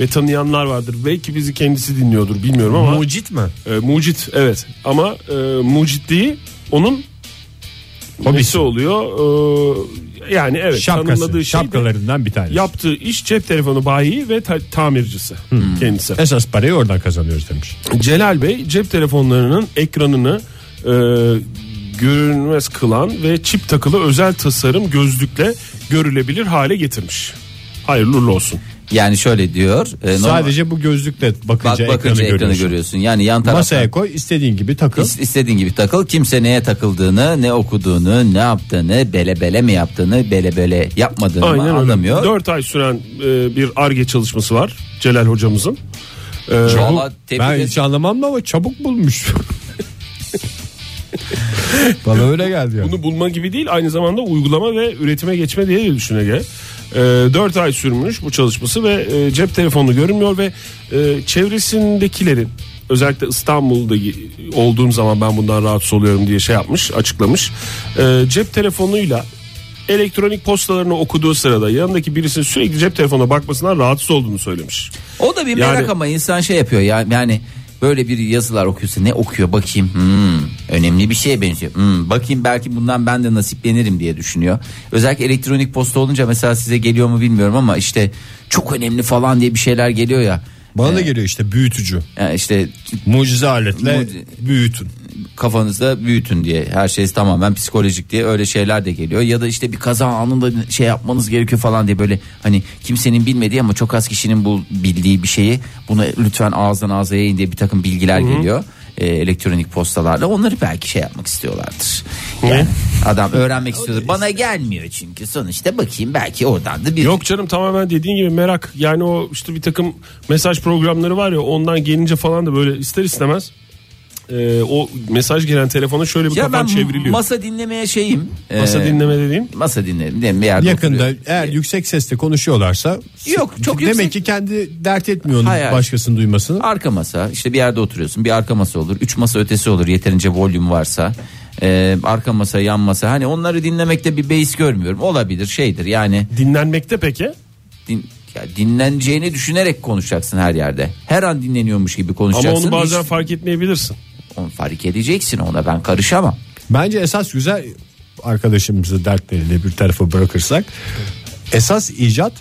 A: ve tanıyanlar vardır. Belki bizi kendisi dinliyordur bilmiyorum ama.
B: Mucit mi?
A: E, mucit evet ama e, mucitliği onun
B: Hobisi.
A: Hobisi oluyor. E, yani evet tanımladığı şey
B: Şapkası.
A: de-
B: Şapkalarından bir tanesi.
A: yaptığı iş cep telefonu bayi ve ta- tamircisi kendisi.
B: Esas parayı oradan kazanıyoruz demiş.
A: Celal Bey cep telefonlarının ekranını e, görünmez kılan ve çip takılı özel tasarım gözlükle görülebilir hale getirmiş. Hayırlı uğurlu olsun.
D: Yani şöyle diyor. e, normal-
B: Sadece bu gözlükle
D: bak
B: bakınca,
D: bakınca ekranı,
B: ekranı, görüyorsun.
D: görüyorsun. Yani yan taraftan
B: Masaya koy istediğin gibi takıl.
D: İs- istediğin gibi takıl. Kimse neye takıldığını, ne okuduğunu, ne yaptığını, bele bele mi yaptığını, bele bele yapmadığını
A: Aynen öyle.
D: anlamıyor.
A: 4 ay süren e, bir ARGE çalışması var Celal hocamızın. E,
D: Valla tebrik
B: ben
D: ederim.
B: hiç anlamam ama çabuk bulmuş. Bana öyle geldi yani.
A: Bunu bulma gibi değil aynı zamanda uygulama ve üretime geçme diye de düşüne gel. 4 ay sürmüş bu çalışması ve e, cep telefonu görünmüyor ve e, çevresindekilerin özellikle İstanbul'da olduğum zaman ben bundan rahatsız oluyorum diye şey yapmış açıklamış. E, cep telefonuyla elektronik postalarını okuduğu sırada yanındaki birisinin sürekli cep telefonuna bakmasından rahatsız olduğunu söylemiş.
D: O da bir merak
A: Yani-
D: ama insan şey yapıyor ya yani böyle bir yazılar okuyorsa ne okuyor bakayım Hmm, önemli bir şeye benziyor Hmm, bakayım belki bundan ben de nasiplenirim diye düşünüyor özellikle elektronik posta olunca mesela size geliyor mu bilmiyorum ama işte çok önemli falan diye bir şeyler geliyor ya
B: Bana da geliyor işte büyütücü.
D: Yani işte
B: Mucize aletle
D: Muci-
B: büyütün.
D: kafanızda büyütün diye. Her şey tamamen psikolojik diye öyle şeyler de geliyor. Ya da işte bir kaza anında şey yapmanız gerekiyor falan diye böyle hani kimsenin bilmediği ama çok az kişinin bu bildiği bir şeyi bunu lütfen ağızdan ağza yayın diye bir takım bilgiler geliyor. E, elektronik postalarla onları belki şey yapmak istiyorlardır. Yani adam öğrenmek istiyordur. Bana gelmiyor çünkü sonuçta bakayım belki oradan da bir
A: Yok canım tamamen dediğin gibi merak. Yani o işte bir takım mesaj programları var ya ondan gelince falan da böyle ister istemez e, o mesaj gelen telefona şöyle bir
D: ya ben
A: kafan çevriliyor.
D: masa dinlemeye şeyim.
A: Masa
D: Ee,
A: dinleme dediğim.
D: Masa dinlerim değil mi? Bir yerde
B: Yakında
D: oturuyor.
B: eğer yüksek sesle konuşuyorlarsa
D: Ee, Yok, çok
B: demek
D: yüksek-
B: ki kendi dert etmiyor onun
D: Hayır.
B: başkasının duymasını.
D: Arka masa işte bir yerde oturuyorsun bir arka masa olur. Üç masa ötesi olur yeterince volüm varsa. Ee, arka masa yan masa hani onları dinlemekte bir beis görmüyorum. Olabilir şeydir yani
A: Dinlenmekte peki?
D: din, ya dinleneceğini düşünerek konuşacaksın her yerde. Her an dinleniyormuş gibi
A: Ama
D: konuşacaksın.
A: onu bazen
D: Hiç-
A: fark etmeyebilirsin.
D: onu fark edeceksin ona ben karışamam.
B: Bence esas güzel arkadaşımızı dertleriyle bir tarafa bırakırsak esas icat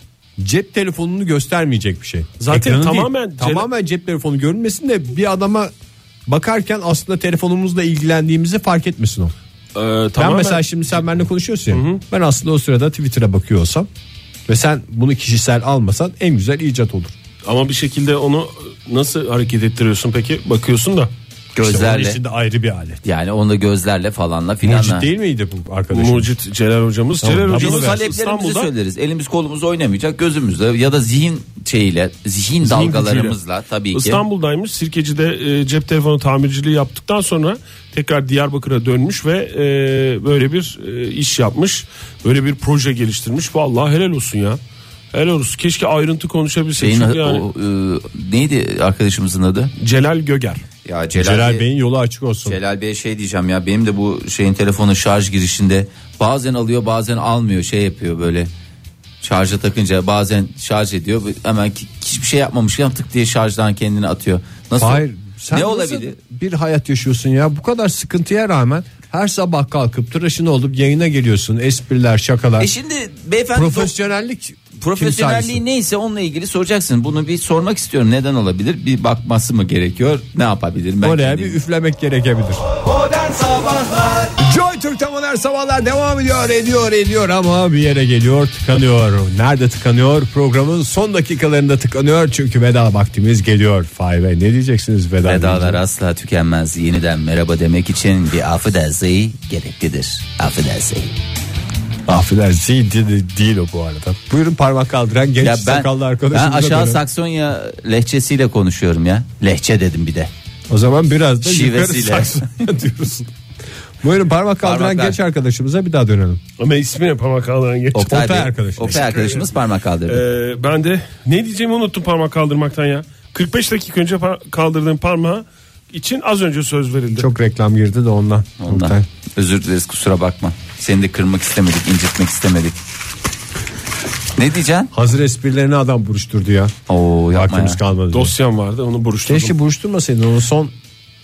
B: cep telefonunu göstermeyecek bir şey.
A: Zaten
B: Ekranı
A: tamamen
B: değil, tamamen cep telefonu görünmesin de bir adama bakarken aslında telefonumuzla ilgilendiğimizi fark etmesin o.
A: Ee,
B: Ben
A: tamamen-
B: mesela şimdi sen benimle konuşuyorsun ya. Ben aslında o sırada Twitter'a bakıyor olsam ve sen bunu kişisel almasan en güzel icat olur.
A: Ama bir şekilde onu nasıl hareket ettiriyorsun peki? Bakıyorsun da.
D: Gözlerle
B: İşte onun için de ayrı bir alet.
D: yani onu da gözlerle falanla filanla.
B: Mucit değil miydi bu arkadaşım?
A: Mucit Celal hocamız.
B: Tamam,
A: Celal
B: tamam.
D: Biz
A: hocamız
D: taleplerimizi
A: İstanbul'da
D: söyleriz. Elimiz kolumuz oynamayacak. Gözümüzle ya da zihin şeyiyle, zihin, dalgalarımızla tabii ki.
A: İstanbul'daymış. Sirkeci'de e, cep telefonu tamirciliği yaptıktan sonra tekrar Diyarbakır'a dönmüş ve e, böyle bir e, iş yapmış. Böyle bir proje geliştirmiş. Vallahi helal olsun ya. Helal olsun. Keşke ayrıntı konuşabilsek.
D: Şeyin,
A: Çünkü yani
D: o, e, neydi arkadaşımızın adı?
A: Celal Göger.
D: Ya Celal,
B: Celal
D: Bey-
B: Bey'in yolu açık olsun.
D: Celal Bey'e şey diyeceğim ya benim de bu şeyin telefonu şarj girişinde bazen alıyor bazen almıyor şey yapıyor böyle şarja takınca bazen şarj ediyor hemen ki- hiçbir şey yapmamış ya tık diye şarjdan kendini atıyor. Nasıl?
B: Hayır. Sen
D: ne
B: nasıl
D: olabilir?
B: Bir hayat yaşıyorsun ya. Bu kadar sıkıntıya rağmen her sabah kalkıp tıraşın olup yayına geliyorsun. Espriler, şakalar.
D: E şimdi beyefendi
B: profesyonellik
D: Profesyonelliği
B: timsalisi.
D: neyse onunla ilgili soracaksın. Bunu bir sormak istiyorum. Neden olabilir? Bir bakması mı gerekiyor? Ne yapabilirim ben?
B: Oraya
D: kendim?
B: bir üflemek gerekebilir. Joy Türk'te modern sabahlar devam ediyor ediyor ediyor ama bir yere geliyor tıkanıyor. Nerede tıkanıyor? Programın son dakikalarında tıkanıyor çünkü veda vaktimiz geliyor. Fay Bey ne diyeceksiniz veda?
D: Vedalar
B: deyince?
D: asla tükenmez. Yeniden merhaba demek için bir afederzeyi gereklidir. Afederzeyi.
B: Affedersin değil, değil o bu arada. Buyurun parmak kaldıran genç
D: Ya ben,
B: sakallı arkadaşımıza
D: ben aşağı
B: dönün.
D: Saksonya lehçesiyle konuşuyorum ya. Lehçe dedim bir de.
B: O zaman biraz da yukarı
D: Şivesiyle.
B: Saksonya'ya diyorsun. Buyurun parmak kaldıran
D: Parmaklar.
B: genç arkadaşımıza bir daha dönelim.
A: Ama ismi ne parmak ağlayan geç.
D: Oktay,
B: Oktay
D: Bey-
B: arkadaşım.
D: Oktay arkadaşımız parmak kaldırdı.
A: Ee, ben de ne diyeceğimi unuttum parmak kaldırmaktan ya. 45 dakika önce par- kaldırdığım parmağı için az önce söz verildi.
B: Çok reklam girdi de ondan.
D: Ondan.
B: Oktay.
D: Özür dileriz kusura bakma. Seni de kırmak istemedik, incitmek istemedik. Ne diyeceksin?
B: Hazır esprilerini adam buruşturdu ya.
D: Oo yapma
B: Vaktimiz
D: ya.
B: kalmadı.
A: Dosyam vardı onu buruşturdum.
B: Keşke buruşturmasaydın onun son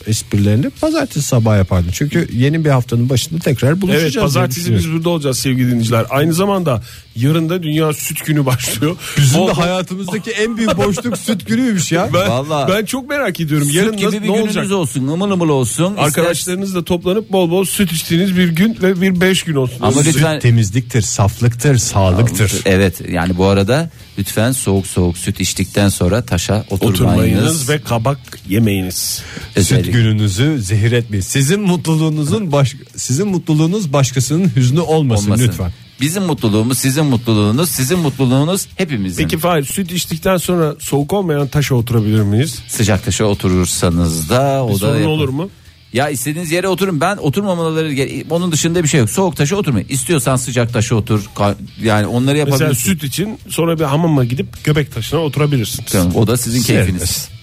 B: esprilerini pazartesi sabah yapardın. Çünkü yeni bir haftanın başında tekrar buluşacağız.
A: Evet
B: diye
A: pazartesi
B: düşünüyorum.
A: biz burada olacağız sevgili dinleyiciler. Aynı zamanda yarın da Dünya Süt Günü başlıyor.
B: Bizim
A: Bol
B: de
A: bol-
B: hayatımızdaki en büyük boşluk süt günüymüş ya.
A: ben,
D: Vallahi.
A: ben çok merak ediyorum.
D: Süt
A: yarın
D: gibi
A: nasıl-
D: bir
A: ne
D: gününüz
A: olacak?
D: olsun, ımıl ımıl olsun. İster-
A: Arkadaşlarınızla toplanıp bol bol süt içtiğiniz bir gün ve bir beş gün olsun.
D: Ama
A: Süt-
D: lütfen-
B: temizliktir, saflıktır, sağlıktır.
D: Evet yani bu arada lütfen soğuk soğuk süt içtikten sonra taşa oturmayınız.
A: oturmayınız ve kabak yemeyiniz.
D: Özellikle.
B: Süt gününüzü zehir etmeyin. Sizin mutluluğunuzun baş, sizin mutluluğunuz başkasının hüznü olmasın,
D: olmasın.
B: lütfen.
D: Bizim mutluluğumuz, sizin mutluluğunuz, sizin mutluluğunuz hepimizin.
A: Peki Fahir süt içtikten sonra soğuk olmayan taşa oturabilir miyiz?
D: Sıcak taşa oturursanız da o da
A: Sorun
D: yapın.
A: olur mu?
D: Ya istediğiniz yere oturun. Ben oturmamaları gere- onun dışında bir şey yok. Soğuk taşa oturmayın. İstiyorsan sıcak taşa otur. Ka- Yani onları yapabilirsin.
A: Mesela süt için sonra bir hamama gidip göbek taşına oturabilirsiniz.
D: Tamam, O da sizin keyfiniz.
B: Serbest.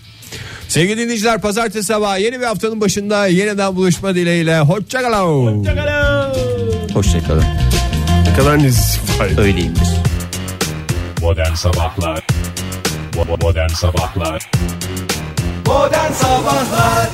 B: Sevgili dinleyiciler pazartesi sabahı yeni bir haftanın başında yeniden buluşma dileğiyle. Hoşçakalın.
D: Hoşçakalın.
A: Ne kadar nezih Fahir.
D: Öyleyimdir.
E: Modern Sabahlar Bo- bo- Modern Sabahlar
F: Modern Sabahlar